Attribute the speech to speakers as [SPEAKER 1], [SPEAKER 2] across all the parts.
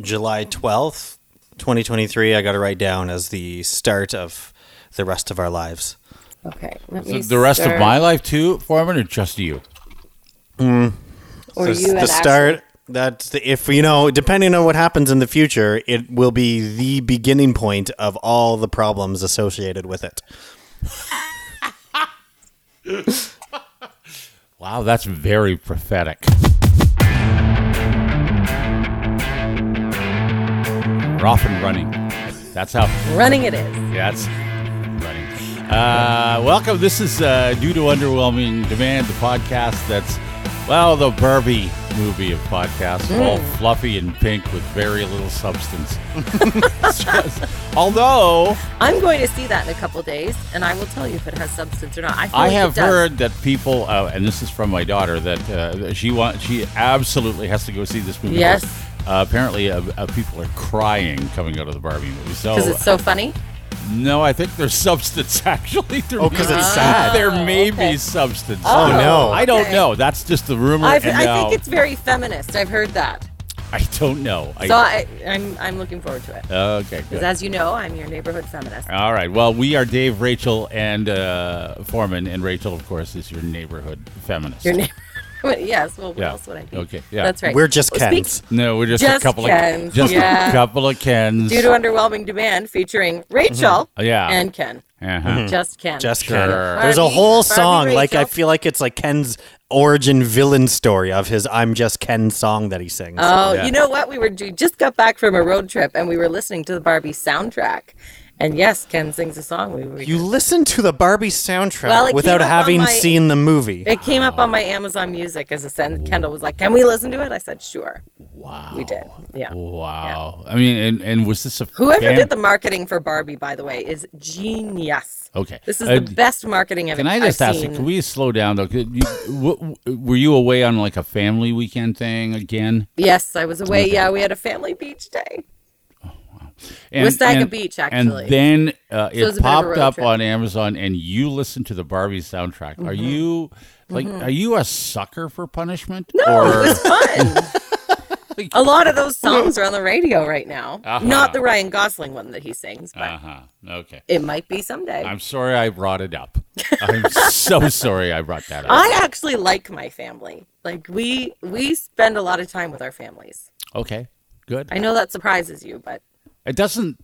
[SPEAKER 1] July 12th, 2023, I got to write down as the start of the rest of our lives.
[SPEAKER 2] Okay. Let
[SPEAKER 3] So
[SPEAKER 2] me
[SPEAKER 3] the rest
[SPEAKER 2] start-
[SPEAKER 3] of my life too, Foreman, or just you?
[SPEAKER 2] Or
[SPEAKER 1] So
[SPEAKER 2] you
[SPEAKER 1] the
[SPEAKER 2] had
[SPEAKER 1] start that's the, if you know depending on what happens in the future it will be the beginning point of all the problems associated with it
[SPEAKER 3] Wow, that's very prophetic. We're off and running. That's how.
[SPEAKER 2] actually running it is.
[SPEAKER 3] Yeah, that's running. Uh, welcome. This is uh, due to underwhelming demand, the podcast that's well, the Barbie movie of podcasts, all fluffy and pink with very little substance. It's just- although
[SPEAKER 2] I'm going to see that in a couple days, and I will tell you if it has substance or not. I, feel
[SPEAKER 3] I
[SPEAKER 2] like it
[SPEAKER 3] have
[SPEAKER 2] does.
[SPEAKER 3] heard that people, uh, and this is from my daughter, that uh, she wants, she absolutely has to go see this movie.
[SPEAKER 2] Yes.
[SPEAKER 3] Uh, apparently, uh, uh, people are crying coming out of the Barbie movie. So, uh,
[SPEAKER 2] because it's so funny.
[SPEAKER 3] no, I think there's substance actually. There
[SPEAKER 1] Oh, 'cause
[SPEAKER 3] may-
[SPEAKER 1] it's sad.
[SPEAKER 3] There may
[SPEAKER 2] okay.
[SPEAKER 3] be substance.
[SPEAKER 1] Oh, no.
[SPEAKER 3] I don't
[SPEAKER 2] okay.
[SPEAKER 3] know. That's just the rumor.
[SPEAKER 2] I've,
[SPEAKER 3] and
[SPEAKER 2] I
[SPEAKER 3] now-
[SPEAKER 2] think it's very feminist. I've heard that,
[SPEAKER 3] I don't know. I, uh,
[SPEAKER 2] so I, I'm I'm looking forward to it.
[SPEAKER 3] okay. Good.
[SPEAKER 2] Because as you know, I'm your neighborhood feminist.
[SPEAKER 3] All right. Well, we are Dave, Rachel, and uh, Foreman, and Rachel, of course, is your neighborhood feminist.
[SPEAKER 2] Your neighborhood. yes. Well, what
[SPEAKER 3] Yeah,
[SPEAKER 2] else would I be?
[SPEAKER 3] okay, yeah.
[SPEAKER 2] That's right.
[SPEAKER 1] we're just
[SPEAKER 2] Well, speak-
[SPEAKER 1] kens
[SPEAKER 3] no, we're just,
[SPEAKER 2] Just
[SPEAKER 3] a couple
[SPEAKER 2] Kens,
[SPEAKER 3] of just
[SPEAKER 2] yeah.
[SPEAKER 3] a couple of Kens.
[SPEAKER 2] Due to underwhelming demand, featuring Rachel.
[SPEAKER 3] Mm-hmm. Yeah.
[SPEAKER 2] And Ken.
[SPEAKER 3] Uh-huh.
[SPEAKER 2] Just Ken.
[SPEAKER 1] Mm. just
[SPEAKER 3] Sure.
[SPEAKER 1] Ken.
[SPEAKER 3] Barbie-
[SPEAKER 1] there's a whole
[SPEAKER 2] Barbie
[SPEAKER 1] song like i
[SPEAKER 2] Rachel.
[SPEAKER 1] feel like it's like ken's origin villain story of his i'm just ken song that he sings
[SPEAKER 2] Oh,
[SPEAKER 3] Yeah.
[SPEAKER 2] you know what? We were we just got back from a road trip, and we were listening to the Barbie soundtrack. And yes, Ken sings a song. We were.
[SPEAKER 1] you listen to the barbie soundtrack
[SPEAKER 2] Well, it
[SPEAKER 1] without
[SPEAKER 2] came up on
[SPEAKER 1] having
[SPEAKER 2] my-
[SPEAKER 1] seen the movie
[SPEAKER 2] it came up on my Amazon Music as a send. Kendall was like, "Can we listen to it?" I said, "Sure."
[SPEAKER 3] Wow.
[SPEAKER 2] We did. Yeah.
[SPEAKER 3] Oh, Wow. I mean, and, and was this a
[SPEAKER 2] Whoever
[SPEAKER 3] fan-
[SPEAKER 2] did the marketing for Barbie, by the way, is genius.
[SPEAKER 3] Okay.
[SPEAKER 2] This is
[SPEAKER 3] Uh,
[SPEAKER 2] the best marketing I've,
[SPEAKER 3] Can I just
[SPEAKER 2] I've
[SPEAKER 3] ask? you,
[SPEAKER 2] seen.
[SPEAKER 3] Can we slow down though? Could you, w- w- were you away on like a family weekend thing again?
[SPEAKER 2] Yes, I was away. Yeah, we had a family beach day.
[SPEAKER 3] And,
[SPEAKER 2] Wasaga Beach, actually.
[SPEAKER 3] And then uh,
[SPEAKER 2] it was
[SPEAKER 3] it
[SPEAKER 2] a bit of a
[SPEAKER 3] popped
[SPEAKER 2] road
[SPEAKER 3] up
[SPEAKER 2] trip. Mm-hmm.
[SPEAKER 3] on Amazon, and you listened to the Barbie soundtrack. Are you like, are you a sucker for punishment? No, or,
[SPEAKER 2] Fun. a lot of those songs are on the radio right now. Not the Ryan Gosling one that he sings, but
[SPEAKER 3] uh-huh. Okay.
[SPEAKER 2] it might be someday.
[SPEAKER 3] I'm sorry I brought it up. I'm so sorry I brought that up.
[SPEAKER 2] I actually like my family. Like we we spend a lot of time with our families.
[SPEAKER 3] okay. Good.
[SPEAKER 2] I know that surprises you, but
[SPEAKER 3] It doesn't.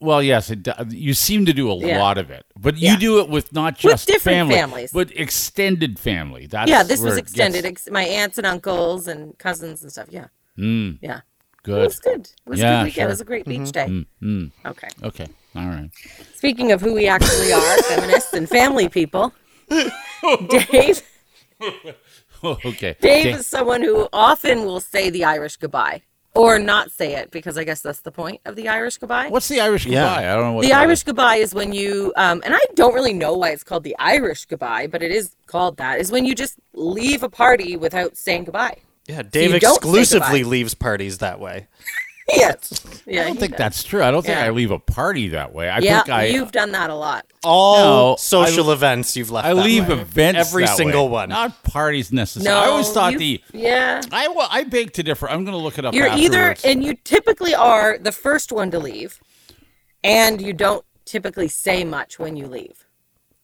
[SPEAKER 3] Well, yes, it do, you seem to do a
[SPEAKER 2] Yeah.
[SPEAKER 3] lot of it, but you
[SPEAKER 2] Yeah.
[SPEAKER 3] do it with not
[SPEAKER 2] With
[SPEAKER 3] just
[SPEAKER 2] different
[SPEAKER 3] family,
[SPEAKER 2] families.
[SPEAKER 3] but extended family. That's
[SPEAKER 2] yeah, this was
[SPEAKER 3] where it
[SPEAKER 2] extended.
[SPEAKER 3] gets
[SPEAKER 2] Ex- my aunts and uncles and cousins and stuff. Yeah,
[SPEAKER 3] Mm,
[SPEAKER 2] yeah. It
[SPEAKER 3] good.
[SPEAKER 2] was good. It was a
[SPEAKER 3] Yeah,
[SPEAKER 2] good weekend.
[SPEAKER 3] sure.
[SPEAKER 2] It was a great beach day.
[SPEAKER 3] Mm,
[SPEAKER 2] Okay.
[SPEAKER 3] okay, all right.
[SPEAKER 2] Speaking of who we actually are, feminists and family people, Dave
[SPEAKER 3] okay,
[SPEAKER 2] Dave
[SPEAKER 3] Da-
[SPEAKER 2] is someone who often will say the Irish goodbye or not say it because I guess that's the point of the Irish goodbye.
[SPEAKER 3] What's the Irish
[SPEAKER 1] Yeah.
[SPEAKER 3] goodbye? I don't know. What
[SPEAKER 2] The
[SPEAKER 3] that
[SPEAKER 2] Irish
[SPEAKER 3] is.
[SPEAKER 2] goodbye is when you, um, and I don't really know why it's called the Irish goodbye, but it is called that, is when you just leave a party without saying goodbye.
[SPEAKER 1] yeah dave
[SPEAKER 2] you don't say
[SPEAKER 1] exclusively
[SPEAKER 2] goodbye.
[SPEAKER 1] leaves parties that way
[SPEAKER 2] Yes. Yeah,
[SPEAKER 3] I don't
[SPEAKER 2] he
[SPEAKER 3] think
[SPEAKER 2] does.
[SPEAKER 3] that's true. I don't think
[SPEAKER 2] Yeah.
[SPEAKER 3] I leave a party that way. I
[SPEAKER 2] Yeah,
[SPEAKER 3] think I
[SPEAKER 2] you've done that a lot.
[SPEAKER 1] all
[SPEAKER 3] No,
[SPEAKER 1] social events you've left
[SPEAKER 3] I
[SPEAKER 1] that
[SPEAKER 3] leave
[SPEAKER 1] way.
[SPEAKER 3] events
[SPEAKER 1] every
[SPEAKER 3] that
[SPEAKER 1] single
[SPEAKER 3] way,
[SPEAKER 1] one
[SPEAKER 3] not parties necessarily.
[SPEAKER 2] No.
[SPEAKER 3] I always thought
[SPEAKER 2] you've-
[SPEAKER 3] the
[SPEAKER 2] Yeah.
[SPEAKER 3] I wa- I beg to differ. I'm going to look it up.
[SPEAKER 2] You're either,
[SPEAKER 3] afterwards.
[SPEAKER 2] and you typically are the first one to leave, and you don't typically say much when you leave,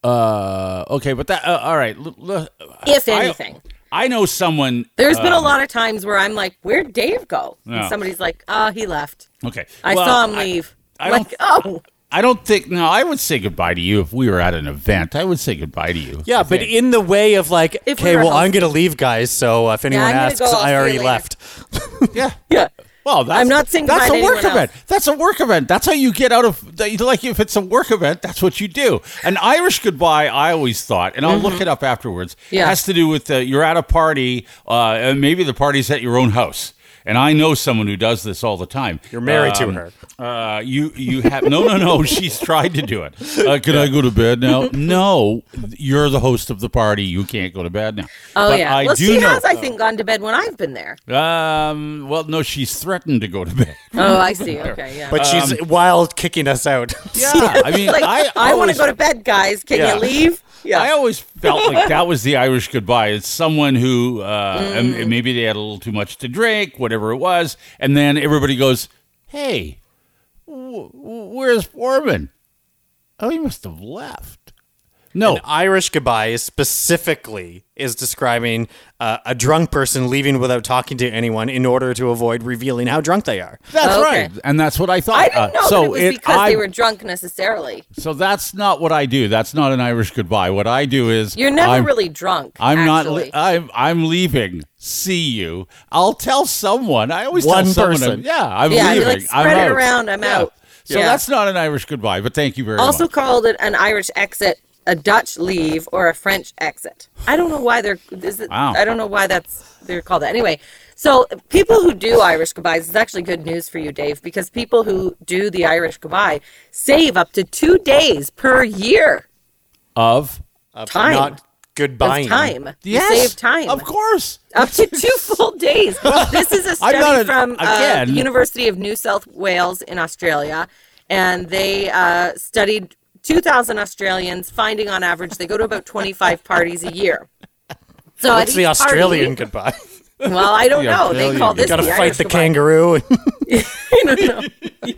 [SPEAKER 3] uh okay, but that uh, all right. L- l-
[SPEAKER 2] if
[SPEAKER 3] Uh, I- um,
[SPEAKER 2] anything.
[SPEAKER 3] I know someone.
[SPEAKER 2] There's been a lot of times where I'm like, "Where'd Dave go?"
[SPEAKER 3] No.
[SPEAKER 2] And somebody's like, "Oh, he left.
[SPEAKER 3] Okay.
[SPEAKER 2] I
[SPEAKER 3] Well,
[SPEAKER 2] saw him leave."
[SPEAKER 3] I
[SPEAKER 2] like, oh,
[SPEAKER 3] I don't think. No, I would say goodbye to you if we were at an event. I would say goodbye to you.
[SPEAKER 1] Yeah,
[SPEAKER 3] I
[SPEAKER 1] but
[SPEAKER 3] think.
[SPEAKER 1] in the way of like,
[SPEAKER 2] If we
[SPEAKER 1] okay,
[SPEAKER 2] were
[SPEAKER 1] well, I'm
[SPEAKER 2] healthy.
[SPEAKER 1] gonna leave, guys. So uh, if anyone
[SPEAKER 2] I'm gonna
[SPEAKER 1] asks,
[SPEAKER 2] go, I'll see
[SPEAKER 1] I
[SPEAKER 2] you
[SPEAKER 1] already
[SPEAKER 2] later.
[SPEAKER 1] left.
[SPEAKER 3] yeah.
[SPEAKER 2] yeah.
[SPEAKER 3] Well, that's,
[SPEAKER 2] I'm not saying
[SPEAKER 3] that's
[SPEAKER 2] goodbye
[SPEAKER 3] a
[SPEAKER 2] to
[SPEAKER 3] work
[SPEAKER 2] anyone
[SPEAKER 3] event. That's a work event. That's how you get out of that- like if it's a work event, that's what you do. An Irish goodbye, I always thought, and I'll look it up afterwards.
[SPEAKER 2] Mm-hmm. Yeah.
[SPEAKER 3] has to do with uh, you're at a party, uh, and maybe the party's at your own house. And I know someone who does this all the time.
[SPEAKER 1] You're married to her.
[SPEAKER 3] Uh, you you have no no no. She's tried to do it. Uh, can I go to bed now? No, you're the host of the party. You can't go to bed now.
[SPEAKER 2] Oh
[SPEAKER 3] But
[SPEAKER 2] yeah.
[SPEAKER 3] I
[SPEAKER 2] well,
[SPEAKER 3] do
[SPEAKER 2] she
[SPEAKER 3] know.
[SPEAKER 2] has, I think, gone to bed when I've been there.
[SPEAKER 3] um. Well, no, she's threatened to go to bed.
[SPEAKER 2] Oh, I see. Okay, yeah.
[SPEAKER 1] But she's wild kicking us out.
[SPEAKER 3] Yeah, I mean,
[SPEAKER 2] like,
[SPEAKER 3] I
[SPEAKER 2] I, want
[SPEAKER 3] always-
[SPEAKER 2] to go to bed, guys. Can
[SPEAKER 1] Yeah.
[SPEAKER 2] you leave? Yeah.
[SPEAKER 3] I always felt like that was the Irish goodbye. It's someone who uh, and-
[SPEAKER 2] Mm.
[SPEAKER 3] and maybe they had a little too much to drink, whatever it was, and then everybody goes, "Hey, wh- wh- where's Foreman? Oh, he must have left." No,
[SPEAKER 1] An Irish goodbye is specifically is describing uh, a drunk person leaving without talking to anyone in order to avoid revealing how drunk they are.
[SPEAKER 3] that's
[SPEAKER 2] Okay.
[SPEAKER 3] right, and that's what I thought.
[SPEAKER 2] I didn't know
[SPEAKER 3] Uh, so
[SPEAKER 2] that it was because
[SPEAKER 3] I-
[SPEAKER 2] they were drunk necessarily.
[SPEAKER 3] So that's not what I do. That's not an Irish goodbye. What I do is
[SPEAKER 2] You're never
[SPEAKER 3] I'm-
[SPEAKER 2] really drunk.
[SPEAKER 3] I'm
[SPEAKER 2] actually.
[SPEAKER 3] not. Li- uh, I'm. I'm leaving. See you. I'll tell someone. I always
[SPEAKER 1] One
[SPEAKER 3] tell someone.
[SPEAKER 1] person.
[SPEAKER 3] I'm- yeah, I'm
[SPEAKER 2] Yeah, you're
[SPEAKER 3] leaving.
[SPEAKER 2] like,
[SPEAKER 3] I'm
[SPEAKER 2] "Spread it
[SPEAKER 3] out.
[SPEAKER 2] around, I'm
[SPEAKER 3] Yeah.
[SPEAKER 2] out.
[SPEAKER 3] So
[SPEAKER 2] Yeah.
[SPEAKER 3] that's not an Irish goodbye. But thank you very
[SPEAKER 2] also
[SPEAKER 3] much.
[SPEAKER 2] called it an Irish exit, a Dutch leave, or a French exit. I don't know why they're. Is it,
[SPEAKER 3] Wow.
[SPEAKER 2] I don't know why that's they're called that. Anyway, so people who do Irish goodbyes is actually good news for you, Dave, because people who do the Irish goodbye save up to two days per year
[SPEAKER 3] Of
[SPEAKER 1] Of
[SPEAKER 2] Time.
[SPEAKER 1] Not goodbye.
[SPEAKER 2] of time.
[SPEAKER 3] yes,
[SPEAKER 2] You save time.
[SPEAKER 3] Of course.
[SPEAKER 2] Up to two full days. This is a
[SPEAKER 3] I'm
[SPEAKER 2] study
[SPEAKER 3] not a-
[SPEAKER 2] from uh,
[SPEAKER 3] again.
[SPEAKER 2] the University of New South Wales in Australia, and they uh, studied 2,000 Australians, finding on average they go to about 25 parties a year. So at
[SPEAKER 1] What's the
[SPEAKER 2] each
[SPEAKER 1] Australian
[SPEAKER 2] Party,
[SPEAKER 1] goodbye?
[SPEAKER 2] well, I don't know. They
[SPEAKER 3] Australian.
[SPEAKER 2] call this
[SPEAKER 1] Got
[SPEAKER 3] You
[SPEAKER 1] to
[SPEAKER 2] the
[SPEAKER 1] fight
[SPEAKER 2] Irish
[SPEAKER 1] the
[SPEAKER 2] goodbye.
[SPEAKER 1] kangaroo.
[SPEAKER 2] I don't know.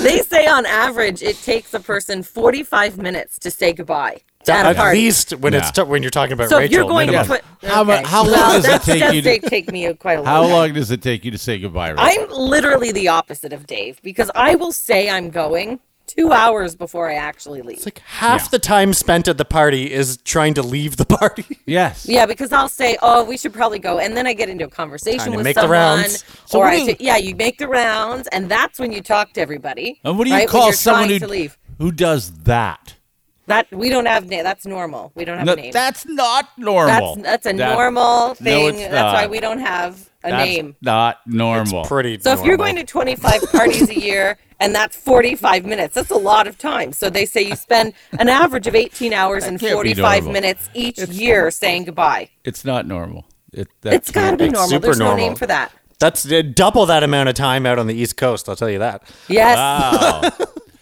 [SPEAKER 2] they say on average it takes a person 45 minutes to say goodbye. At, a
[SPEAKER 1] At
[SPEAKER 2] party.
[SPEAKER 1] least when it's
[SPEAKER 3] Yeah.
[SPEAKER 1] t- when you're talking about
[SPEAKER 2] So if
[SPEAKER 1] Rachel.
[SPEAKER 2] you're going
[SPEAKER 1] minimum.
[SPEAKER 2] to put
[SPEAKER 3] How mu- how long
[SPEAKER 2] well,
[SPEAKER 3] does it
[SPEAKER 2] that
[SPEAKER 3] take
[SPEAKER 2] does
[SPEAKER 3] you to-
[SPEAKER 2] say take me quite a
[SPEAKER 3] How
[SPEAKER 2] long
[SPEAKER 3] long does it take you to say goodbye? Rachel?
[SPEAKER 2] I'm literally the opposite of Dave because I will say I'm going two hours before I actually leave.
[SPEAKER 1] It's like half the time spent at the party is trying to leave the party.
[SPEAKER 3] yes.
[SPEAKER 2] yeah, because I'll say, "Oh, we should probably go," and then I get into a conversation
[SPEAKER 1] Time to
[SPEAKER 2] with
[SPEAKER 1] make the
[SPEAKER 2] someone,
[SPEAKER 1] rounds. So
[SPEAKER 2] or
[SPEAKER 1] what
[SPEAKER 2] I
[SPEAKER 1] do you-
[SPEAKER 2] say- yeah, you make the rounds, and that's when you talk to everybody.
[SPEAKER 3] And what do you
[SPEAKER 2] right, when
[SPEAKER 3] call
[SPEAKER 2] you're
[SPEAKER 3] someone
[SPEAKER 2] trying
[SPEAKER 3] who
[SPEAKER 2] to leave?
[SPEAKER 3] who does that?
[SPEAKER 2] That we don't have name. That's normal. We don't have
[SPEAKER 3] No,
[SPEAKER 2] a name.
[SPEAKER 3] that's not normal.
[SPEAKER 2] that's that's a
[SPEAKER 3] That-
[SPEAKER 2] normal thing.
[SPEAKER 3] it's
[SPEAKER 2] that's why
[SPEAKER 3] not.
[SPEAKER 2] we don't have a
[SPEAKER 3] That's
[SPEAKER 2] name.
[SPEAKER 3] not normal.
[SPEAKER 1] Pretty.
[SPEAKER 2] So if you're going
[SPEAKER 1] normal.
[SPEAKER 2] to 25 parties a year and that's 45 minutes, that's a lot of time. So they say you spend an average of 18 hours and
[SPEAKER 3] can't be
[SPEAKER 2] 45
[SPEAKER 3] normal.
[SPEAKER 2] minutes each year saying goodbye.
[SPEAKER 3] It's not normal. It, that
[SPEAKER 2] It's got to be
[SPEAKER 1] it's
[SPEAKER 2] normal.
[SPEAKER 1] super
[SPEAKER 2] There's no
[SPEAKER 1] normal.
[SPEAKER 2] name for that.
[SPEAKER 1] that's uh, double that amount of time out on the East Coast. I'll tell you that.
[SPEAKER 2] Yes.
[SPEAKER 3] Wow.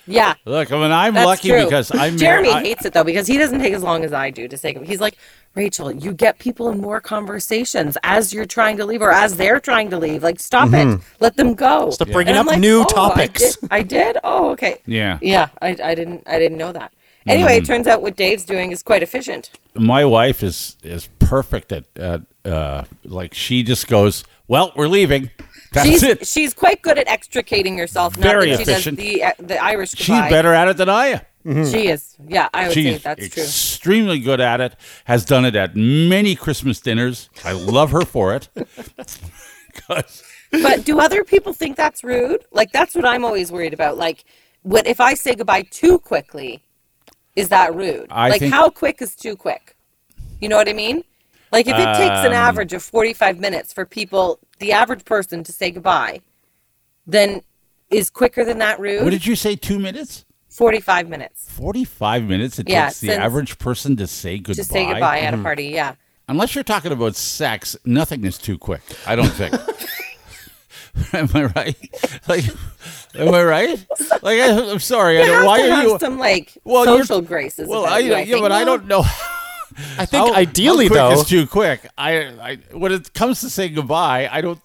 [SPEAKER 2] Yeah.
[SPEAKER 3] Oh, Look, I mean, I'm
[SPEAKER 2] That's
[SPEAKER 3] lucky
[SPEAKER 2] true.
[SPEAKER 3] because I'm
[SPEAKER 2] Jeremy
[SPEAKER 3] I,
[SPEAKER 2] hates it though because he doesn't take as long as I do to say goodbye. He's like, Rachel, you get people in more conversations as you're trying to leave or as they're trying to leave. Like, stop
[SPEAKER 3] Mm-hmm.
[SPEAKER 2] it. Let them go.
[SPEAKER 1] Stop bringing
[SPEAKER 2] And I'm
[SPEAKER 1] up new
[SPEAKER 2] "Oh, I
[SPEAKER 1] topics."
[SPEAKER 2] did- I did. Oh, okay.
[SPEAKER 3] Yeah.
[SPEAKER 2] Yeah. I, I didn't. I didn't know that. Anyway,
[SPEAKER 3] Mm-hmm.
[SPEAKER 2] it turns out what Dave's doing is quite efficient.
[SPEAKER 3] my wife is is perfect at, at uh, like she just goes, "Well, we're leaving." That's
[SPEAKER 2] she's
[SPEAKER 3] it.
[SPEAKER 2] she's quite good at extricating herself. Not
[SPEAKER 3] Very
[SPEAKER 2] that she
[SPEAKER 3] efficient.
[SPEAKER 2] Does the uh, the Irish
[SPEAKER 3] She's
[SPEAKER 2] goodbye.
[SPEAKER 3] better at it than I am.
[SPEAKER 2] She is. Yeah, I would say
[SPEAKER 3] She's
[SPEAKER 2] that's true.
[SPEAKER 3] extremely good at it. Has done it at many Christmas dinners. I love her for it. 'Cause-
[SPEAKER 2] But do other people think that's rude? Like that's what I'm always worried about. Like, what if I say goodbye too quickly? Is that rude?
[SPEAKER 3] I
[SPEAKER 2] like,
[SPEAKER 3] think-
[SPEAKER 2] how quick is too quick? You know what I mean? Like, if it takes
[SPEAKER 3] Um,
[SPEAKER 2] an average of 45 minutes for people, the average person to say goodbye, then is quicker than that rude?
[SPEAKER 3] what did you say? Two minutes.
[SPEAKER 2] 45 minutes
[SPEAKER 3] Forty-five minutes it
[SPEAKER 2] Yeah,
[SPEAKER 3] takes the
[SPEAKER 2] since-
[SPEAKER 3] average person to say goodbye. Mm-hmm.
[SPEAKER 2] to say goodbye at a party. Yeah.
[SPEAKER 3] Unless you're talking about sex, nothing is too quick. I don't think. am I right? Like, am I right? Like, I, I'm sorry. I
[SPEAKER 2] You
[SPEAKER 3] don't,
[SPEAKER 2] have
[SPEAKER 3] why
[SPEAKER 2] to
[SPEAKER 3] are
[SPEAKER 2] have
[SPEAKER 3] you?
[SPEAKER 2] some like
[SPEAKER 3] Well, you're-
[SPEAKER 2] social graces.
[SPEAKER 3] well,
[SPEAKER 2] about
[SPEAKER 3] I,
[SPEAKER 2] you, I
[SPEAKER 3] yeah,
[SPEAKER 2] think.
[SPEAKER 3] but I don't know.
[SPEAKER 1] I think
[SPEAKER 3] how-
[SPEAKER 1] ideally
[SPEAKER 3] how quick
[SPEAKER 1] though,
[SPEAKER 3] is too quick. I, I, when it comes to saying goodbye, I don't,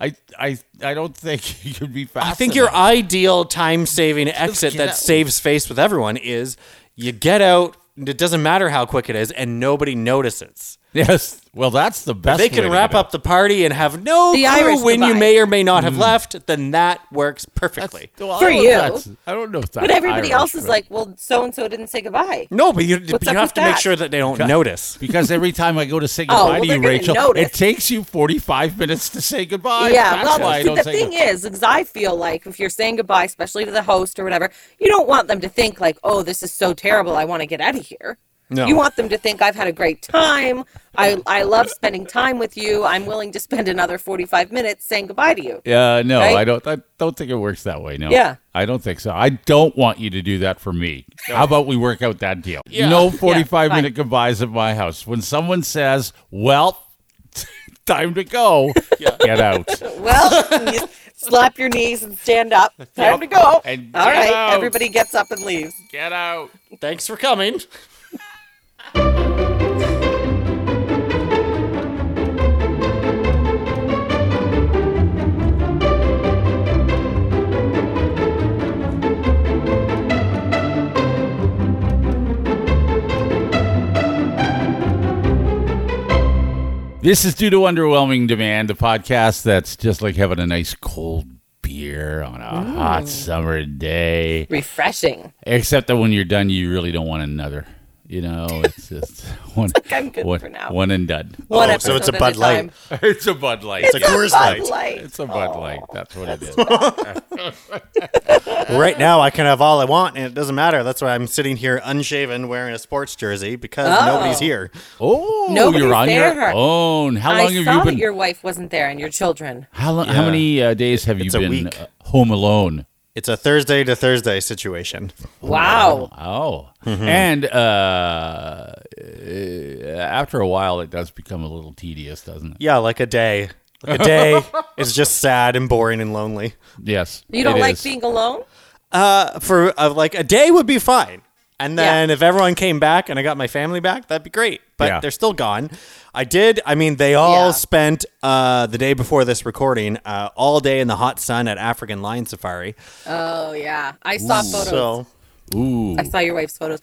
[SPEAKER 3] I, I, I don't think you could be fast.
[SPEAKER 1] I think
[SPEAKER 3] enough.
[SPEAKER 1] your ideal time saving exit
[SPEAKER 3] get
[SPEAKER 1] that
[SPEAKER 3] out.
[SPEAKER 1] saves face with everyone is you get out. and It doesn't matter how quick it is, and nobody notices.
[SPEAKER 3] Yes. Well, that's the best.
[SPEAKER 1] They
[SPEAKER 3] way
[SPEAKER 1] can
[SPEAKER 3] to
[SPEAKER 1] wrap
[SPEAKER 3] do it.
[SPEAKER 1] up the party and have no
[SPEAKER 2] The
[SPEAKER 1] clue
[SPEAKER 2] Irish
[SPEAKER 1] when you
[SPEAKER 2] goodbye.
[SPEAKER 1] may or may
[SPEAKER 3] Mm.
[SPEAKER 1] not have left. Then that works perfectly.
[SPEAKER 3] Well, I
[SPEAKER 2] For
[SPEAKER 3] don't know if
[SPEAKER 2] you.
[SPEAKER 3] that's- I don't know if that's
[SPEAKER 2] But everybody
[SPEAKER 3] Irish,
[SPEAKER 2] else is
[SPEAKER 3] but-
[SPEAKER 2] like, well, so and so didn't say goodbye.
[SPEAKER 1] No, but you, but
[SPEAKER 2] What's
[SPEAKER 1] you
[SPEAKER 2] up
[SPEAKER 1] have
[SPEAKER 2] with
[SPEAKER 1] to make
[SPEAKER 2] that?
[SPEAKER 1] sure that they don't notice.
[SPEAKER 3] Because every time I go to say
[SPEAKER 2] Oh,
[SPEAKER 3] goodbye
[SPEAKER 2] well,
[SPEAKER 3] to
[SPEAKER 2] they're
[SPEAKER 3] you,
[SPEAKER 2] gonna
[SPEAKER 3] Rachel,
[SPEAKER 2] notice.
[SPEAKER 3] it takes you 45 minutes to say goodbye.
[SPEAKER 2] Yeah,
[SPEAKER 3] That's
[SPEAKER 2] well,
[SPEAKER 3] why I
[SPEAKER 2] see,
[SPEAKER 3] don't
[SPEAKER 2] the
[SPEAKER 3] say
[SPEAKER 2] thing
[SPEAKER 3] goodbye.
[SPEAKER 2] is, because I feel like if you're saying goodbye, especially to the host or whatever, you don't want them to think like, "Oh, this is so terrible. I want to get out of here."
[SPEAKER 1] No.
[SPEAKER 2] You want them to think I've had a great time. I I love spending time with you. I'm willing to spend another 45 minutes saying goodbye to you.
[SPEAKER 3] Yeah, no,
[SPEAKER 2] Right?
[SPEAKER 3] I don't. I don't think it works that way. No.
[SPEAKER 2] Yeah.
[SPEAKER 3] I don't think so. I don't want you to do that for me. How about we work out that deal?
[SPEAKER 1] Yeah.
[SPEAKER 3] No
[SPEAKER 1] Yeah,
[SPEAKER 2] fine.
[SPEAKER 3] 45 minute goodbyes at my house. When someone says, "Well, time to go," get out.
[SPEAKER 2] Well, you slap your knees and stand up. Time to go.
[SPEAKER 3] And
[SPEAKER 2] All
[SPEAKER 3] get
[SPEAKER 2] right,
[SPEAKER 3] out.
[SPEAKER 2] everybody gets up and leaves.
[SPEAKER 3] Get out.
[SPEAKER 1] Thanks for coming.
[SPEAKER 3] This is due to underwhelming demand, the podcast that's just like having a nice cold beer on a hot summer day.
[SPEAKER 2] Refreshing.
[SPEAKER 3] Except that when you're done, you really don't want another. You know, it's just one,
[SPEAKER 2] I'm good
[SPEAKER 3] one,
[SPEAKER 2] for now.
[SPEAKER 3] one and done.
[SPEAKER 2] One
[SPEAKER 1] Oh, so it's
[SPEAKER 2] episode
[SPEAKER 1] a
[SPEAKER 2] at
[SPEAKER 1] Bud Light.
[SPEAKER 2] time.
[SPEAKER 3] It's a Bud Light.
[SPEAKER 1] It's a Coors Light.
[SPEAKER 2] Bud Light.
[SPEAKER 3] It's a Bud Light. That's what it is.
[SPEAKER 1] Right now, I can have all I want, and it doesn't matter. That's why I'm sitting here unshaven, wearing a sports jersey because
[SPEAKER 2] Oh.
[SPEAKER 1] nobody's here.
[SPEAKER 3] Oh,
[SPEAKER 2] Nobody's
[SPEAKER 3] you're on your
[SPEAKER 2] there.
[SPEAKER 3] own. How
[SPEAKER 2] I
[SPEAKER 3] long have
[SPEAKER 2] saw
[SPEAKER 3] you been?
[SPEAKER 2] that your wife wasn't there and your children.
[SPEAKER 3] how long? How
[SPEAKER 1] Yeah.
[SPEAKER 3] many uh, days have you
[SPEAKER 1] It's a
[SPEAKER 3] been
[SPEAKER 1] week.
[SPEAKER 3] uh, home alone?
[SPEAKER 1] It's a Thursday to Thursday situation.
[SPEAKER 2] Wow.
[SPEAKER 3] Oh, and uh, uh, after a while, it does become a little tedious, doesn't it?
[SPEAKER 1] Yeah, like a day. Like a day is just sad and boring and lonely.
[SPEAKER 3] Yes.
[SPEAKER 2] You don't
[SPEAKER 3] it
[SPEAKER 2] like
[SPEAKER 3] is.
[SPEAKER 2] being alone?
[SPEAKER 1] Uh, for uh, like a day would be fine. And then if everyone came back and I got my family back, that'd be great. But
[SPEAKER 3] Yeah.
[SPEAKER 1] they're still gone. I did. I mean, they all
[SPEAKER 2] Yeah.
[SPEAKER 1] spent uh, the day before this recording uh, all day in the hot sun at African Lion Safari.
[SPEAKER 2] Oh yeah. I saw photos.
[SPEAKER 1] So
[SPEAKER 3] Ooh.
[SPEAKER 2] I saw your wife's photos.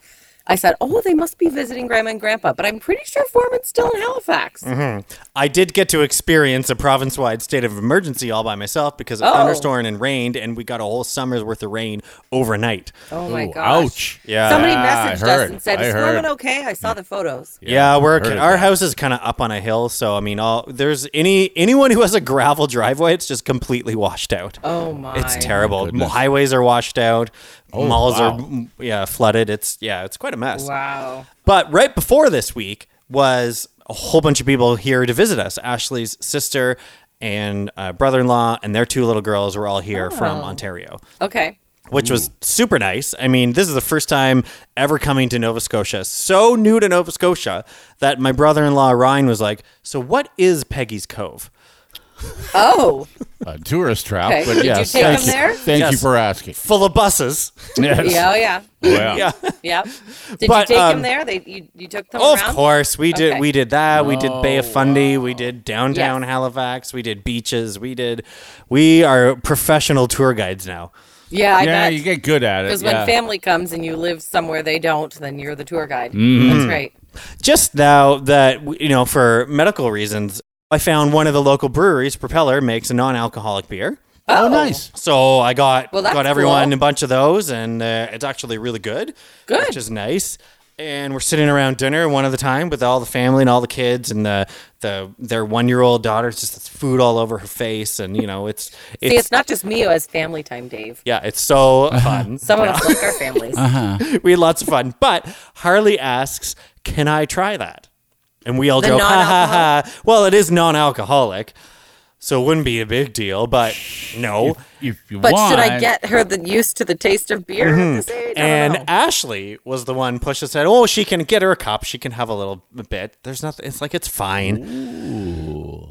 [SPEAKER 2] I said, "Oh, they must be visiting grandma and grandpa," but I'm pretty sure Foreman's still in Halifax.
[SPEAKER 3] Mm-hmm.
[SPEAKER 1] I did get to experience a province wide state of emergency all by myself because it
[SPEAKER 2] Oh.
[SPEAKER 1] thunderstormed and rained, and we got a whole summer's worth of rain overnight.
[SPEAKER 2] Oh my
[SPEAKER 3] Ooh,
[SPEAKER 2] gosh!
[SPEAKER 3] ouch.
[SPEAKER 1] Yeah.
[SPEAKER 2] Somebody
[SPEAKER 3] Ah, I
[SPEAKER 2] messaged
[SPEAKER 3] heard.
[SPEAKER 2] us and said,
[SPEAKER 3] I
[SPEAKER 2] "Is
[SPEAKER 3] heard.
[SPEAKER 2] Foreman okay?" I saw the photos.
[SPEAKER 1] Yeah, we're
[SPEAKER 3] heard of
[SPEAKER 1] our
[SPEAKER 3] that.
[SPEAKER 1] house is kind of up on a hill, so I mean, all there's any anyone who has a gravel driveway, it's just completely washed out.
[SPEAKER 2] Oh my!
[SPEAKER 1] It's terrible.
[SPEAKER 3] goodness. Oh,
[SPEAKER 1] Highways are washed out. malls
[SPEAKER 3] wow.
[SPEAKER 1] are mm, yeah flooded. It's yeah, it's quite a mess.
[SPEAKER 2] Wow.
[SPEAKER 1] But right before this week was a whole bunch of people here to visit us. Ashley's sister and uh, brother-in-law and their two little girls were all here from
[SPEAKER 2] Oh.
[SPEAKER 1] Ontario
[SPEAKER 2] Okay.
[SPEAKER 1] which was super nice. I mean, this is the first time ever coming to Nova Scotia. So new to Nova Scotia that my brother in law Ryan was like, So what is Peggy's Cove?
[SPEAKER 2] Oh,
[SPEAKER 3] A tourist trap,
[SPEAKER 2] Okay.
[SPEAKER 3] but
[SPEAKER 2] Did you
[SPEAKER 3] yes.
[SPEAKER 2] take
[SPEAKER 3] thank
[SPEAKER 2] them
[SPEAKER 3] you,
[SPEAKER 2] there?
[SPEAKER 3] Thank you
[SPEAKER 1] Yes.
[SPEAKER 3] for asking.
[SPEAKER 1] Full of buses.
[SPEAKER 3] Yes.
[SPEAKER 2] yeah, oh, yeah,
[SPEAKER 3] Wow.
[SPEAKER 1] Yeah.
[SPEAKER 2] yeah. Did
[SPEAKER 1] But,
[SPEAKER 2] you take
[SPEAKER 1] um,
[SPEAKER 2] them there? They you, you took them
[SPEAKER 1] of
[SPEAKER 2] around?
[SPEAKER 1] course. We did
[SPEAKER 2] Okay.
[SPEAKER 1] we did that. we did Bay of Fundy. We did downtown
[SPEAKER 2] Yes.
[SPEAKER 1] Halifax. We did beaches. We did we are professional tour guides now.
[SPEAKER 2] Yeah, I
[SPEAKER 3] Yeah,
[SPEAKER 2] bet.
[SPEAKER 3] you get good at it.
[SPEAKER 2] Because when
[SPEAKER 3] yeah.
[SPEAKER 2] family comes and you live somewhere they don't, then you're the tour guide.
[SPEAKER 3] Mm-hmm.
[SPEAKER 2] That's right.
[SPEAKER 1] Just now that you know, for medical reasons, I found one of the local breweries, Propeller, makes a non alcoholic beer.
[SPEAKER 3] oh, nice.
[SPEAKER 1] So I got
[SPEAKER 2] Well, that's
[SPEAKER 1] got everyone
[SPEAKER 2] cool.
[SPEAKER 1] a bunch of those, and uh, it's actually really good,
[SPEAKER 2] Good.
[SPEAKER 1] which is nice. And we're sitting around dinner one at a time with all the family and all the kids, and the the their one year old daughter's just food all over her face, and you know it's it's,
[SPEAKER 2] See, it's not just me as family time, Dave.
[SPEAKER 1] yeah, it's so fun.
[SPEAKER 2] Some of us like our families.
[SPEAKER 1] uh-huh. we had lots of fun, but Harley asks, "Can I try that?" And we all
[SPEAKER 2] The
[SPEAKER 1] joke, "Ha ha ha!" Well, it is non-alcoholic, so it wouldn't be a big deal, but no.
[SPEAKER 3] If you
[SPEAKER 2] But
[SPEAKER 3] want,
[SPEAKER 2] should I get her the used to the taste of beer at this age? I don't
[SPEAKER 1] Mm-hmm. And
[SPEAKER 2] know.
[SPEAKER 1] Ashley was the one pushing said, "Oh, she can get her a cup. She can have a little bit. There's nothing. It's like it's fine."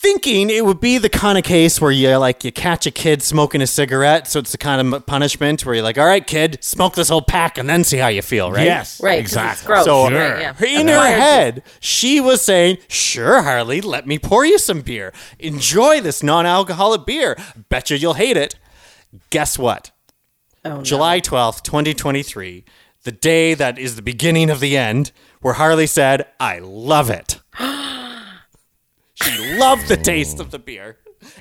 [SPEAKER 1] Thinking it would be the kind of case where you like you catch a kid smoking a cigarette, so it's the kind of punishment where you're like, "All right, kid, smoke this whole pack and then see how you feel." Right?
[SPEAKER 3] Yes.
[SPEAKER 2] right, 'cause It's
[SPEAKER 3] Exactly.
[SPEAKER 2] gross.
[SPEAKER 1] So-
[SPEAKER 2] right,
[SPEAKER 1] Her-
[SPEAKER 2] yeah.
[SPEAKER 1] In her head, she was saying, Sure, Harley, let me pour you some beer. Enjoy this non alcoholic beer. Betcha you'll hate it. Guess what?
[SPEAKER 2] Oh, no.
[SPEAKER 1] July 12th, 2023, the day that is the beginning of the end, where Harley said, I love it. she loved the taste of the beer.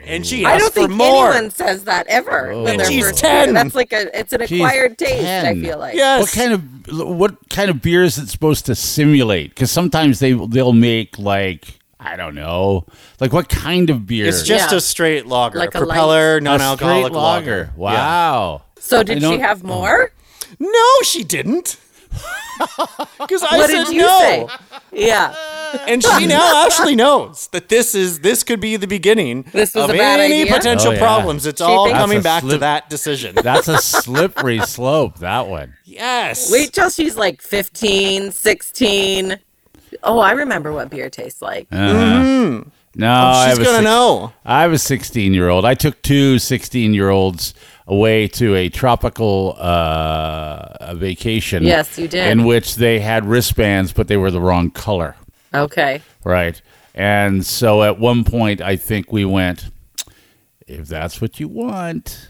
[SPEAKER 1] And she
[SPEAKER 2] I don't
[SPEAKER 1] asked for
[SPEAKER 2] think
[SPEAKER 1] more.
[SPEAKER 2] anyone says that ever. with
[SPEAKER 3] And
[SPEAKER 2] their
[SPEAKER 1] she's
[SPEAKER 2] first
[SPEAKER 1] 10.
[SPEAKER 2] beer. That's like a it's an
[SPEAKER 3] She's
[SPEAKER 2] acquired taste.
[SPEAKER 3] 10.
[SPEAKER 2] I feel like.
[SPEAKER 1] yes.
[SPEAKER 3] What kind of what kind of beer is it supposed to simulate? Because sometimes they they'll make like I don't know, like what kind of beer?
[SPEAKER 1] it's just
[SPEAKER 2] Yeah.
[SPEAKER 1] a straight lager,
[SPEAKER 2] Like a light-
[SPEAKER 1] propeller,
[SPEAKER 3] A straight
[SPEAKER 1] non-alcoholic lager. Yeah.
[SPEAKER 3] Wow.
[SPEAKER 2] So
[SPEAKER 3] I
[SPEAKER 2] did
[SPEAKER 3] don't-
[SPEAKER 2] she have more?
[SPEAKER 1] No, she didn't. Because I
[SPEAKER 2] What
[SPEAKER 1] said
[SPEAKER 2] did you
[SPEAKER 1] no.
[SPEAKER 2] say? Yeah.
[SPEAKER 1] and she now actually knows that this is this could be the beginning
[SPEAKER 2] This was
[SPEAKER 1] of
[SPEAKER 2] a bad
[SPEAKER 1] any
[SPEAKER 2] idea?
[SPEAKER 1] potential
[SPEAKER 3] Oh, yeah.
[SPEAKER 1] problems. It's
[SPEAKER 2] She
[SPEAKER 1] all
[SPEAKER 2] thinks-
[SPEAKER 1] coming
[SPEAKER 3] That's a
[SPEAKER 1] back to
[SPEAKER 3] slip-
[SPEAKER 1] that decision.
[SPEAKER 3] That's a slippery slope. That one.
[SPEAKER 1] yes.
[SPEAKER 2] Wait till she's like 15, 16. Oh, I remember what beer tastes like.
[SPEAKER 3] Uh-huh. No,
[SPEAKER 1] Oh,
[SPEAKER 3] I
[SPEAKER 1] She's
[SPEAKER 3] have a
[SPEAKER 1] gonna
[SPEAKER 3] six-
[SPEAKER 1] know.
[SPEAKER 3] I have a 16 year old. I took two 16 year olds away to a tropical uh, a vacation.
[SPEAKER 2] Yes, you did.
[SPEAKER 3] In which they had wristbands, but they were the wrong color.
[SPEAKER 2] Okay.
[SPEAKER 3] Right. And so at one point, I think we went, if that's what you want.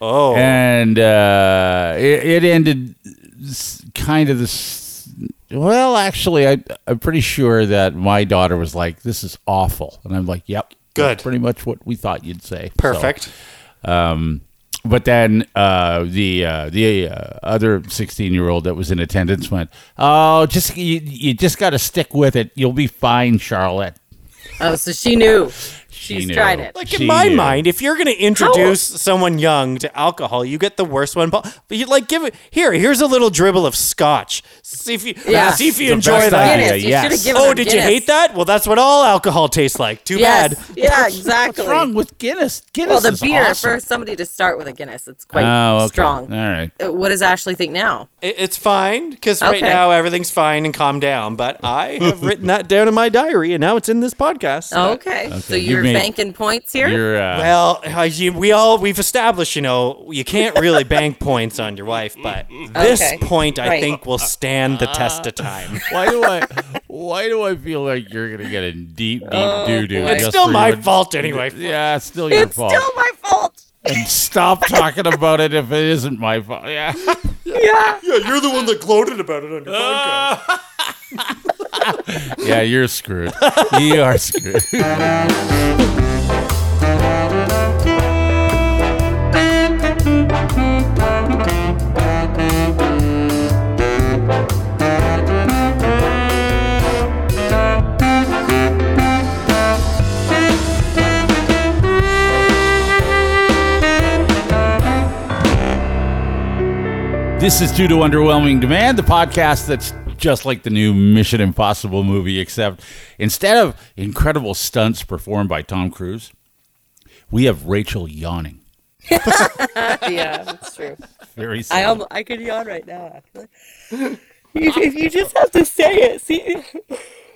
[SPEAKER 1] Oh,
[SPEAKER 3] And uh, it, it ended s- kind of this. Well, actually, I, I'm pretty sure that my daughter was like, this is awful. And I'm like, yep.
[SPEAKER 1] Good.
[SPEAKER 3] that's Pretty much what we thought you'd say. So-
[SPEAKER 1] perfect.
[SPEAKER 3] um, but then uh, the uh, the uh, other sixteen year old that was in attendance went, "Oh, just you, you just got to stick with it. You'll be fine, Charlotte."
[SPEAKER 2] Oh, so she knew.
[SPEAKER 3] She
[SPEAKER 2] She's
[SPEAKER 3] knew.
[SPEAKER 2] tried it.
[SPEAKER 1] Like
[SPEAKER 3] She
[SPEAKER 1] in my
[SPEAKER 3] knew.
[SPEAKER 1] mind, if you're going to introduce someone young to alcohol, you get the worst one. po- But you like give it here. Here's a little dribble of scotch. See if you
[SPEAKER 2] Yeah.
[SPEAKER 1] see if you
[SPEAKER 3] The
[SPEAKER 1] enjoy
[SPEAKER 3] best
[SPEAKER 1] that.
[SPEAKER 3] idea.
[SPEAKER 2] Guinness. You
[SPEAKER 3] yes.
[SPEAKER 2] should have given
[SPEAKER 1] Oh,
[SPEAKER 2] her
[SPEAKER 1] did you
[SPEAKER 2] Guinness.
[SPEAKER 1] hate that? Well, that's what all alcohol tastes like. Too
[SPEAKER 2] Yes.
[SPEAKER 1] bad.
[SPEAKER 2] Yeah, exactly.
[SPEAKER 3] What's wrong with Guinness? Guinness
[SPEAKER 2] Well, the
[SPEAKER 3] is
[SPEAKER 2] beer
[SPEAKER 3] awesome.
[SPEAKER 2] for somebody to start with a Guinness, it's quite
[SPEAKER 3] oh, okay.
[SPEAKER 2] strong.
[SPEAKER 3] All right.
[SPEAKER 2] Uh, What does Ashley think now?
[SPEAKER 1] It- It's fine because right
[SPEAKER 2] Okay.
[SPEAKER 1] now everything's fine and calm down. But I have written that down in my diary, and now it's in this podcast.
[SPEAKER 2] Oh. Okay. So
[SPEAKER 3] you
[SPEAKER 2] you're
[SPEAKER 3] made-
[SPEAKER 2] banking points here.
[SPEAKER 3] You're uh,
[SPEAKER 1] Well, uh, you- we all we've established, you know, you can't really bank points on your wife, but this
[SPEAKER 2] Okay.
[SPEAKER 1] point I
[SPEAKER 2] Right.
[SPEAKER 1] think will stand the test of time.
[SPEAKER 3] why do I why do I feel like you're gonna get in deep deep doo doo?
[SPEAKER 2] Oh, boy.
[SPEAKER 1] It's
[SPEAKER 2] Yes,
[SPEAKER 1] still my fault anyway.
[SPEAKER 3] Yeah, it's still your
[SPEAKER 2] it's
[SPEAKER 3] fault.
[SPEAKER 2] still my fault.
[SPEAKER 3] And stop talking about it if it isn't my fault. Yeah.
[SPEAKER 2] Yeah.
[SPEAKER 1] you're the one that gloated about it on your podcast.
[SPEAKER 3] Yeah, you're screwed. you are screwed. This is due to underwhelming demand, the podcast that's just like the new Mission Impossible movie, except instead of incredible stunts performed by Tom Cruise, we have Rachel yawning.
[SPEAKER 2] yeah, that's true.
[SPEAKER 3] Very sad.
[SPEAKER 2] I almost, I could yawn right now. Actually, you, if you just have to say it. See,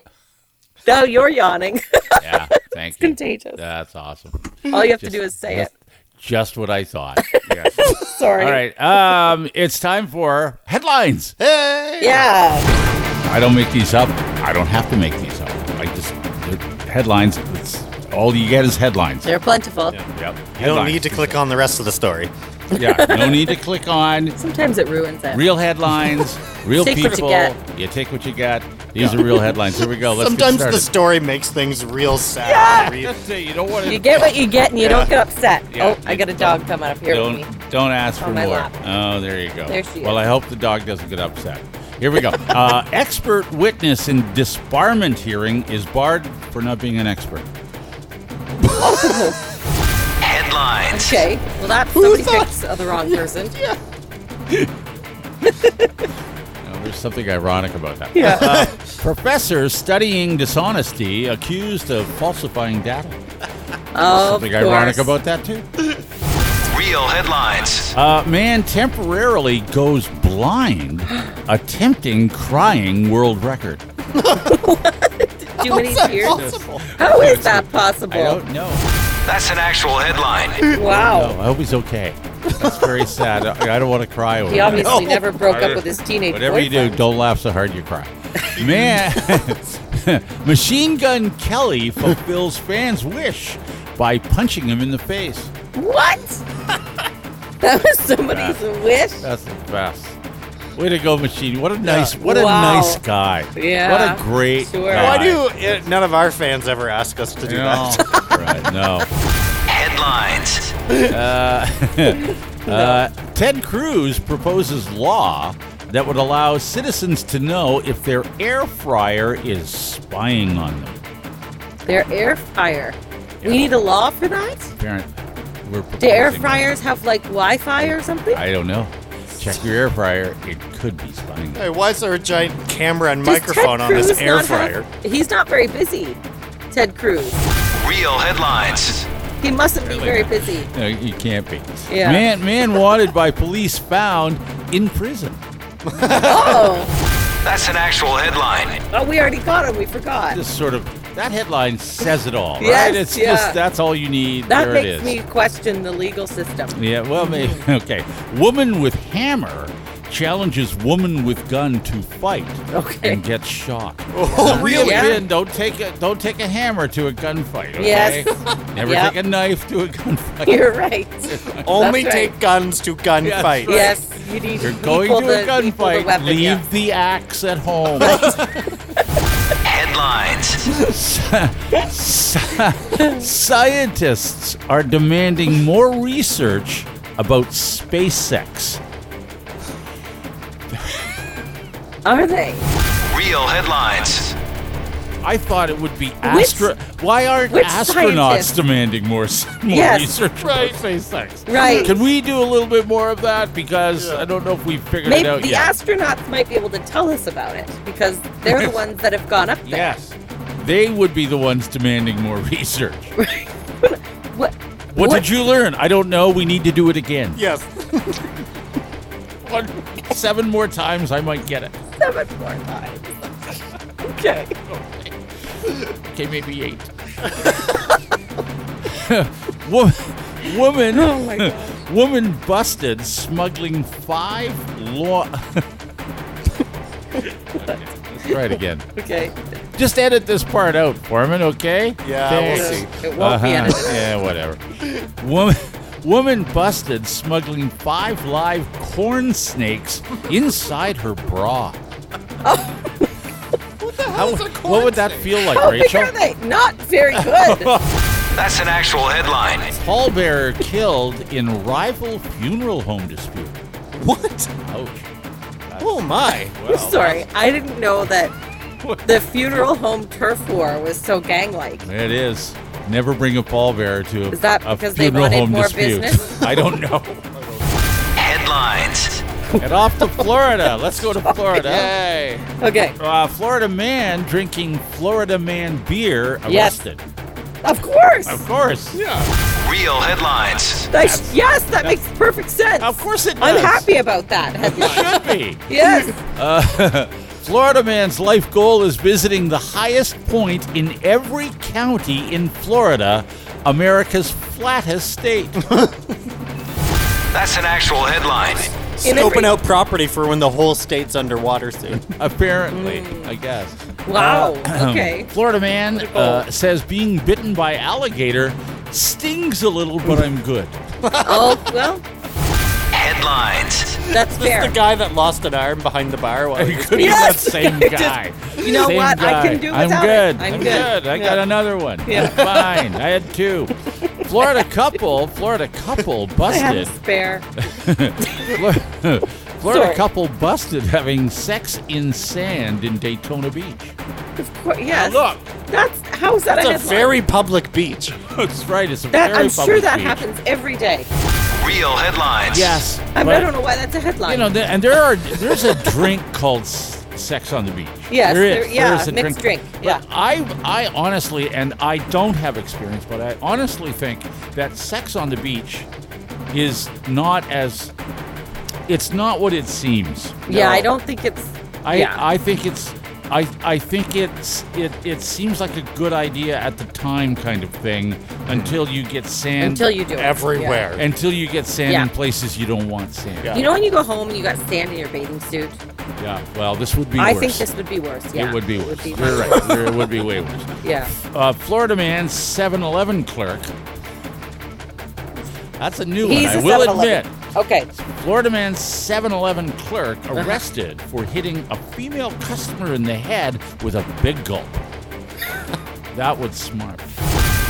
[SPEAKER 2] now you're yawning.
[SPEAKER 3] yeah, thank you.
[SPEAKER 2] Contagious.
[SPEAKER 3] That's awesome.
[SPEAKER 2] All you have to do is say it.
[SPEAKER 3] That's just what I thought. Yes.
[SPEAKER 2] Sorry.
[SPEAKER 3] All right. Um, it's time for headlines. Hey!
[SPEAKER 2] Yeah.
[SPEAKER 3] I don't make these up. I don't have to make these up. I just they're headlines. It's, all you get is headlines.
[SPEAKER 2] They're plentiful.
[SPEAKER 3] Yep.
[SPEAKER 1] You don't need to click on the rest of the story.
[SPEAKER 3] Yeah, no need to click on.
[SPEAKER 2] Sometimes it ruins it.
[SPEAKER 3] Real headlines, real
[SPEAKER 2] Take what you
[SPEAKER 3] people.
[SPEAKER 2] get.
[SPEAKER 3] you take what you got. These are real headlines. Here we go. Let's
[SPEAKER 1] Sometimes
[SPEAKER 3] get
[SPEAKER 1] the
[SPEAKER 3] started.
[SPEAKER 1] story makes things real sad. Re-
[SPEAKER 3] That's it. You don't want to.
[SPEAKER 2] You get what you get, and you don't get upset.
[SPEAKER 3] Yeah.
[SPEAKER 2] Oh, I got a dog coming up here
[SPEAKER 3] don't
[SPEAKER 2] with me.
[SPEAKER 3] don't ask for
[SPEAKER 2] on my
[SPEAKER 3] more.
[SPEAKER 2] lap.
[SPEAKER 3] Oh, there you go.
[SPEAKER 2] There she
[SPEAKER 3] well,
[SPEAKER 2] is.
[SPEAKER 3] I hope the dog doesn't get upset. Here we go. uh, expert witness in disbarment hearing is barred for not being an expert.
[SPEAKER 4] Headlines.
[SPEAKER 2] Okay. Well, that somebody
[SPEAKER 1] thought-
[SPEAKER 2] picks uh, the wrong person.
[SPEAKER 3] Now, there's something ironic about that.
[SPEAKER 2] Yeah.
[SPEAKER 3] Uh, professor studying dishonesty accused of falsifying data.
[SPEAKER 2] Oh,
[SPEAKER 3] Something ironic about that too.
[SPEAKER 4] Real headlines.
[SPEAKER 3] Uh, man temporarily goes blind attempting crying world record.
[SPEAKER 2] too many tears. How is that possible?
[SPEAKER 3] I don't know.
[SPEAKER 4] That's an actual headline.
[SPEAKER 3] Oh,
[SPEAKER 2] Wow.
[SPEAKER 3] I hope he's okay. That's very sad. I, I don't want to cry over
[SPEAKER 2] He
[SPEAKER 3] that.
[SPEAKER 2] obviously
[SPEAKER 1] No.
[SPEAKER 2] never broke up with his teenage
[SPEAKER 3] Whatever you
[SPEAKER 2] boyfriend.
[SPEAKER 3] do, don't laugh so hard you cry. Man, Machine Gun Kelly fulfills fans' wish by punching him in the face.
[SPEAKER 2] What? that was somebody's wish.
[SPEAKER 3] That's the best. Way to go, Machine! What a nice, what a
[SPEAKER 2] Wow.
[SPEAKER 3] nice guy.
[SPEAKER 2] Yeah,
[SPEAKER 3] What a great.
[SPEAKER 2] sure.
[SPEAKER 3] Guy.
[SPEAKER 1] Why do eh, none of our fans ever ask us to do
[SPEAKER 3] No.
[SPEAKER 1] that?
[SPEAKER 3] right, no.
[SPEAKER 4] Headlines.
[SPEAKER 3] Uh, Ted Cruz proposes law that would allow citizens to know if their air fryer is spying on them.
[SPEAKER 2] Their air fryer. We need a law for that?
[SPEAKER 3] Parent, we're proposing
[SPEAKER 2] Do air
[SPEAKER 3] that.
[SPEAKER 2] fryers have like Wi Fi or something?
[SPEAKER 3] I don't know. Check your air fryer. It could be spying.
[SPEAKER 1] Hey, why is there a giant camera and
[SPEAKER 2] Does Ted
[SPEAKER 1] microphone on this
[SPEAKER 2] Cruz
[SPEAKER 1] air
[SPEAKER 2] not have-
[SPEAKER 1] fryer?
[SPEAKER 2] he's not very busy, Ted Cruz.
[SPEAKER 4] Real headlines.
[SPEAKER 2] He mustn't be very busy.
[SPEAKER 3] No, you can't be.
[SPEAKER 2] Yeah.
[SPEAKER 3] Man, man wanted by police found in prison.
[SPEAKER 2] Oh,
[SPEAKER 4] That's an actual headline.
[SPEAKER 2] oh, we Oh, already got him. We forgot.
[SPEAKER 3] Just sort of That headline says it all, right?
[SPEAKER 2] Yes,
[SPEAKER 3] it's
[SPEAKER 2] yeah.
[SPEAKER 3] just that's all you need.
[SPEAKER 2] That
[SPEAKER 3] there it
[SPEAKER 2] makes
[SPEAKER 3] is.
[SPEAKER 2] me question the legal system.
[SPEAKER 3] Yeah, well, maybe. Okay. Woman with hammer challenges woman with gun to fight
[SPEAKER 2] Okay.
[SPEAKER 3] and gets shot.
[SPEAKER 1] Oh,
[SPEAKER 2] really? Yeah.
[SPEAKER 3] Finn, don't take a don't take a hammer to a gunfight. Okay?
[SPEAKER 2] Yes.
[SPEAKER 3] Never
[SPEAKER 2] Yep.
[SPEAKER 3] take a knife to a gunfight.
[SPEAKER 2] You're right.
[SPEAKER 1] Only
[SPEAKER 2] That's right.
[SPEAKER 1] take guns to
[SPEAKER 3] Yes,
[SPEAKER 1] gunfight.
[SPEAKER 3] right.
[SPEAKER 2] yes, you need
[SPEAKER 3] You're going
[SPEAKER 2] equal
[SPEAKER 3] to
[SPEAKER 2] the,
[SPEAKER 3] a
[SPEAKER 2] equal the
[SPEAKER 3] gunfight.
[SPEAKER 2] weapon,
[SPEAKER 3] leave
[SPEAKER 2] yeah.
[SPEAKER 3] the axe at home.
[SPEAKER 4] Headlines.
[SPEAKER 3] Sci- Scientists are demanding more research about SpaceX.
[SPEAKER 2] Are they?
[SPEAKER 4] Real headlines.
[SPEAKER 3] I thought it would be astro. Why aren't
[SPEAKER 2] which
[SPEAKER 3] astronauts
[SPEAKER 2] scientist?
[SPEAKER 3] demanding more, s- more
[SPEAKER 2] Yes.
[SPEAKER 3] research right. about SpaceX?
[SPEAKER 2] Right.
[SPEAKER 3] Can we do a little bit more of that? Because I don't know if we figured it
[SPEAKER 2] Maybe
[SPEAKER 3] out
[SPEAKER 2] the
[SPEAKER 3] yet.
[SPEAKER 2] astronauts might be able to tell us about it because they're the ones that have gone up there.
[SPEAKER 3] yes, they would be the ones demanding more research. What,
[SPEAKER 2] What,
[SPEAKER 3] did you learn? I don't know. We need to do it again.
[SPEAKER 1] Yes.
[SPEAKER 3] One- seven more times, I might get it.
[SPEAKER 2] seven more times? okay.
[SPEAKER 3] Okay, maybe eight. Wo- woman,
[SPEAKER 2] Oh my God.
[SPEAKER 3] woman busted smuggling five law. Let's try it again.
[SPEAKER 2] Okay.
[SPEAKER 3] Just edit this part out, Foreman. Okay?
[SPEAKER 1] Yeah, we'll
[SPEAKER 3] Thanks.
[SPEAKER 1] see.
[SPEAKER 2] Uh, It won't be
[SPEAKER 3] Uh-huh.
[SPEAKER 2] edited.
[SPEAKER 3] Yeah, whatever. Woman, woman busted smuggling five live corn snakes inside her bra. How- what would that feel like,
[SPEAKER 2] How big
[SPEAKER 3] Rachel?
[SPEAKER 2] Oh, are they? Not very good.
[SPEAKER 4] That's an actual headline.
[SPEAKER 3] Pallbearer killed in rival funeral home dispute.
[SPEAKER 1] What?
[SPEAKER 3] Ouch.
[SPEAKER 1] Oh my.
[SPEAKER 3] Well,
[SPEAKER 2] Sorry, I didn't know that the funeral home turf war was so gang-like.
[SPEAKER 3] There it is. Never bring a pallbearer to a,
[SPEAKER 2] Is that
[SPEAKER 3] a
[SPEAKER 2] because they
[SPEAKER 3] funeral
[SPEAKER 2] wanted
[SPEAKER 3] home
[SPEAKER 2] more
[SPEAKER 3] dispute.
[SPEAKER 2] business?
[SPEAKER 3] I don't know.
[SPEAKER 4] Headlines.
[SPEAKER 3] and off to Florida. Let's go to Florida. Hey.
[SPEAKER 2] Okay,
[SPEAKER 3] Uh, Florida man drinking Florida man beer
[SPEAKER 2] Yes.
[SPEAKER 3] arrested.
[SPEAKER 2] of course.
[SPEAKER 3] Of course. Yeah.
[SPEAKER 4] Real headlines.
[SPEAKER 2] That's- yes, that makes perfect sense.
[SPEAKER 3] Of course it does.
[SPEAKER 2] I'm happy about that. headline.
[SPEAKER 3] Should be.
[SPEAKER 2] yes.
[SPEAKER 3] Uh, Florida man's life goal is visiting the highest point in every county in Florida, America's flattest state.
[SPEAKER 4] That's an actual headline.
[SPEAKER 1] Scoping out property for when the whole state's underwater soon.
[SPEAKER 3] apparently, I guess.
[SPEAKER 2] Wow.
[SPEAKER 3] Uh,
[SPEAKER 2] okay.
[SPEAKER 3] Florida man uh, says being bitten by alligator stings a little, but I'm good.
[SPEAKER 2] Oh well,
[SPEAKER 4] Headlines.
[SPEAKER 2] that's
[SPEAKER 1] This
[SPEAKER 2] fair.
[SPEAKER 1] the guy that lost an arm behind the bar while he was
[SPEAKER 3] Could be that
[SPEAKER 2] Yes!
[SPEAKER 3] same guy.
[SPEAKER 2] You know
[SPEAKER 3] Same
[SPEAKER 2] what? I can
[SPEAKER 3] guy.
[SPEAKER 2] do
[SPEAKER 3] I'm
[SPEAKER 2] without
[SPEAKER 3] good.
[SPEAKER 2] it. I'm
[SPEAKER 3] I'm
[SPEAKER 2] good.
[SPEAKER 3] good. I
[SPEAKER 2] Yeah.
[SPEAKER 3] got another one.
[SPEAKER 2] Yeah.
[SPEAKER 3] I'm fine. I had two. Florida couple, Florida couple
[SPEAKER 2] I have a
[SPEAKER 3] busted.
[SPEAKER 2] spare.
[SPEAKER 3] Florida
[SPEAKER 2] Sorry.
[SPEAKER 3] couple busted having sex in sand in Daytona Beach.
[SPEAKER 2] Of course, yes.
[SPEAKER 3] look.
[SPEAKER 2] That's how's that a
[SPEAKER 1] It's a
[SPEAKER 2] headline?
[SPEAKER 1] very public beach.
[SPEAKER 3] That's right. It's a
[SPEAKER 2] that
[SPEAKER 3] very
[SPEAKER 2] I'm sure
[SPEAKER 3] public
[SPEAKER 2] that
[SPEAKER 3] beach.
[SPEAKER 2] happens every day.
[SPEAKER 4] Real headlines.
[SPEAKER 3] Yes.
[SPEAKER 2] I, mean,
[SPEAKER 3] but,
[SPEAKER 2] I don't know why that's a headline.
[SPEAKER 3] You know, there- and there are there's a drink called s- Sex on the Beach.
[SPEAKER 2] Yes,
[SPEAKER 3] There
[SPEAKER 2] there-
[SPEAKER 3] is.
[SPEAKER 2] yeah,
[SPEAKER 3] there is a
[SPEAKER 2] mixed drink,
[SPEAKER 3] But
[SPEAKER 2] yeah.
[SPEAKER 3] I I honestly, and I don't have experience, but I honestly think that Sex on the Beach is not as it's not what it seems.
[SPEAKER 2] yeah, I don't think it's.
[SPEAKER 3] I
[SPEAKER 2] yeah.
[SPEAKER 3] I think it's I I think it's it it seems like a good idea at the time kind of thing until you get sand
[SPEAKER 2] until you do it.
[SPEAKER 1] Everywhere.
[SPEAKER 3] until you get sand
[SPEAKER 2] Yeah.
[SPEAKER 3] in places you don't want sand.
[SPEAKER 2] Yeah. You know when you go home and you got sand in your bathing suit?
[SPEAKER 3] Yeah, Well, this would be
[SPEAKER 2] I
[SPEAKER 3] worse.
[SPEAKER 2] think this would be worse. Yeah.
[SPEAKER 3] It would be worse.
[SPEAKER 2] be
[SPEAKER 3] You're
[SPEAKER 2] much
[SPEAKER 3] right. It would be way worse.
[SPEAKER 2] Yeah.
[SPEAKER 3] Uh, Florida man, 7-Eleven clerk. That's a new
[SPEAKER 2] He's
[SPEAKER 3] one. I
[SPEAKER 2] a
[SPEAKER 3] will
[SPEAKER 2] 7-Eleven.
[SPEAKER 3] admit.
[SPEAKER 2] Okay.
[SPEAKER 3] Florida man, 7-Eleven clerk
[SPEAKER 2] Uh-huh.
[SPEAKER 3] arrested for hitting a female customer in the head with a big gulp. that would smart.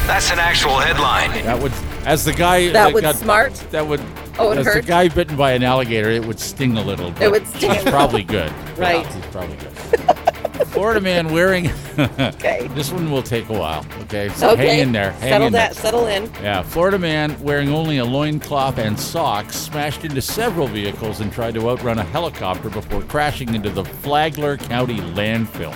[SPEAKER 4] That's an actual headline.
[SPEAKER 3] That would, as the guy that,
[SPEAKER 2] would
[SPEAKER 3] got-
[SPEAKER 2] smart?
[SPEAKER 3] That would.
[SPEAKER 2] Oh, it
[SPEAKER 3] as the
[SPEAKER 2] hurt?
[SPEAKER 3] guy bitten by an alligator, it would sting a little. But
[SPEAKER 2] would sting a
[SPEAKER 3] He's
[SPEAKER 2] little.
[SPEAKER 3] probably good.
[SPEAKER 2] Right.
[SPEAKER 3] Yeah, he's probably good. Florida man wearing.
[SPEAKER 2] Okay.
[SPEAKER 3] This one will take a while. Okay, so
[SPEAKER 2] Okay.
[SPEAKER 3] hang in there. Hang
[SPEAKER 2] settle
[SPEAKER 3] in
[SPEAKER 2] that.
[SPEAKER 3] there.
[SPEAKER 2] Settle in.
[SPEAKER 3] Yeah, Florida man wearing only a loincloth and socks smashed into several vehicles and tried to outrun a helicopter before crashing into the Flagler County landfill.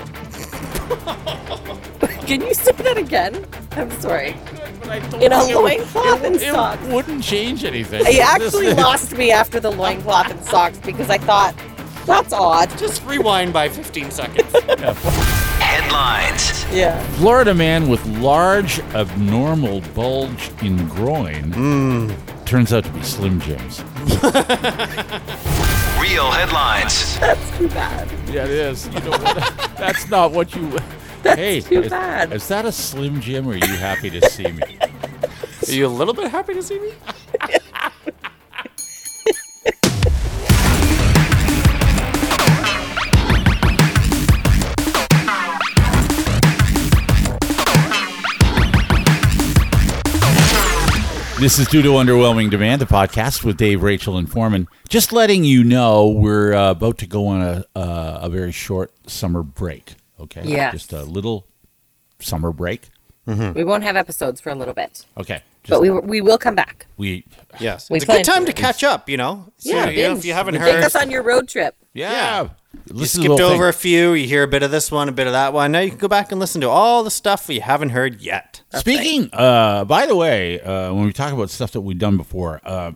[SPEAKER 2] Can you say that again? I'm sorry.
[SPEAKER 3] But I don't
[SPEAKER 2] In a
[SPEAKER 3] think it would-
[SPEAKER 2] loincloth and
[SPEAKER 3] it
[SPEAKER 2] socks.
[SPEAKER 3] wouldn't change anything.
[SPEAKER 2] He
[SPEAKER 3] This
[SPEAKER 2] actually
[SPEAKER 3] is-
[SPEAKER 2] lost me after the loincloth and socks because I thought, that's odd.
[SPEAKER 1] Just rewind by 15 seconds.
[SPEAKER 4] Headlines. Headlines.
[SPEAKER 2] Yeah.
[SPEAKER 3] Florida man with large abnormal bulge in groin turns out to be Slim Jims.
[SPEAKER 4] Real headlines.
[SPEAKER 2] That's too bad.
[SPEAKER 3] Yeah, it is. You know what? That's not what you. That's hey,
[SPEAKER 2] too
[SPEAKER 3] is,
[SPEAKER 2] bad.
[SPEAKER 3] is that a Slim Jim? Or are you happy to see me?
[SPEAKER 1] Are you a little bit happy to see me?
[SPEAKER 3] This is due to underwhelming demand. The podcast with Dave, Rachel, and Foreman. Just letting you know, we're uh, about to go on a uh, a very short summer break. Okay,
[SPEAKER 2] Yes.
[SPEAKER 3] just a little summer break.
[SPEAKER 2] We won't have episodes for a little bit,
[SPEAKER 3] Okay, Hmm. just,
[SPEAKER 2] but we we will come back.
[SPEAKER 3] we
[SPEAKER 1] Yes.
[SPEAKER 2] We
[SPEAKER 1] it's a good
[SPEAKER 2] plan
[SPEAKER 1] time
[SPEAKER 2] for
[SPEAKER 1] to catch up, you know? So,
[SPEAKER 2] Yeah,
[SPEAKER 1] you know,
[SPEAKER 2] binge.
[SPEAKER 1] if you haven't
[SPEAKER 2] Take
[SPEAKER 1] heard,
[SPEAKER 2] us on your road trip.
[SPEAKER 3] yeah.
[SPEAKER 1] you
[SPEAKER 3] Listen to the
[SPEAKER 1] skipped
[SPEAKER 3] whole thing.
[SPEAKER 1] over a few, you hear a bit of this one, a bit of that one. Now you can go back and listen to all the stuff we haven't heard yet.
[SPEAKER 3] Speaking, uh, by the way, uh, when we talk about stuff that we've done before, uh,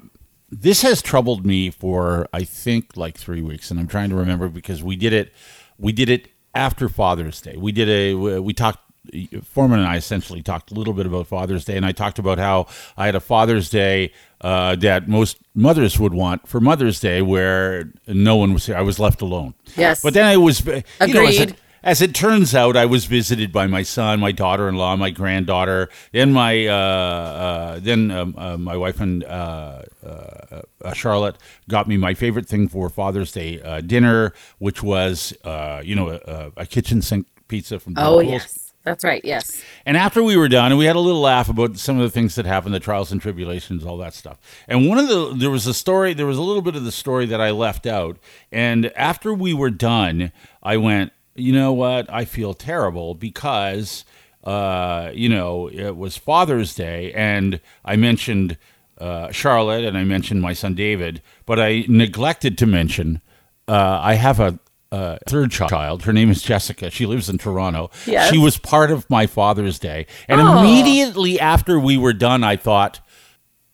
[SPEAKER 3] this has troubled me for I think like three weeks, and I'm trying to remember because we did it, we did it after Father's Day. We did a we talked. Foreman and I essentially talked a little bit about Father's Day, and I talked about how I had a Father's Day uh, that most mothers would want for Mother's Day, where no one was here. I was left alone.
[SPEAKER 2] Yes.
[SPEAKER 3] but then I was you know, as
[SPEAKER 2] Agreed.
[SPEAKER 3] a- as it turns out, I was visited by my son, my daughter-in-law, my granddaughter, and my uh, uh, then um, uh, my wife and uh, uh, Charlotte got me my favorite thing for Father's Day uh, dinner, which was uh, you know a, a kitchen sink pizza from
[SPEAKER 2] Oh
[SPEAKER 3] Delacole's.
[SPEAKER 2] yes, that's right. Yes.
[SPEAKER 3] And after we were done, and we had a little laugh about some of the things that happened, the trials and tribulations, all that stuff. And one of the there was a story, there was a little bit of the story that I left out. And after we were done, I went, you know what? I feel terrible because uh, you know, it was Father's Day and I mentioned uh, Charlotte and I mentioned my son David, but I neglected to mention uh, I have a, a third child. Her name is Jessica. She lives in Toronto.
[SPEAKER 2] Yes.
[SPEAKER 3] She was part of my Father's Day. And immediately after we were done, I thought,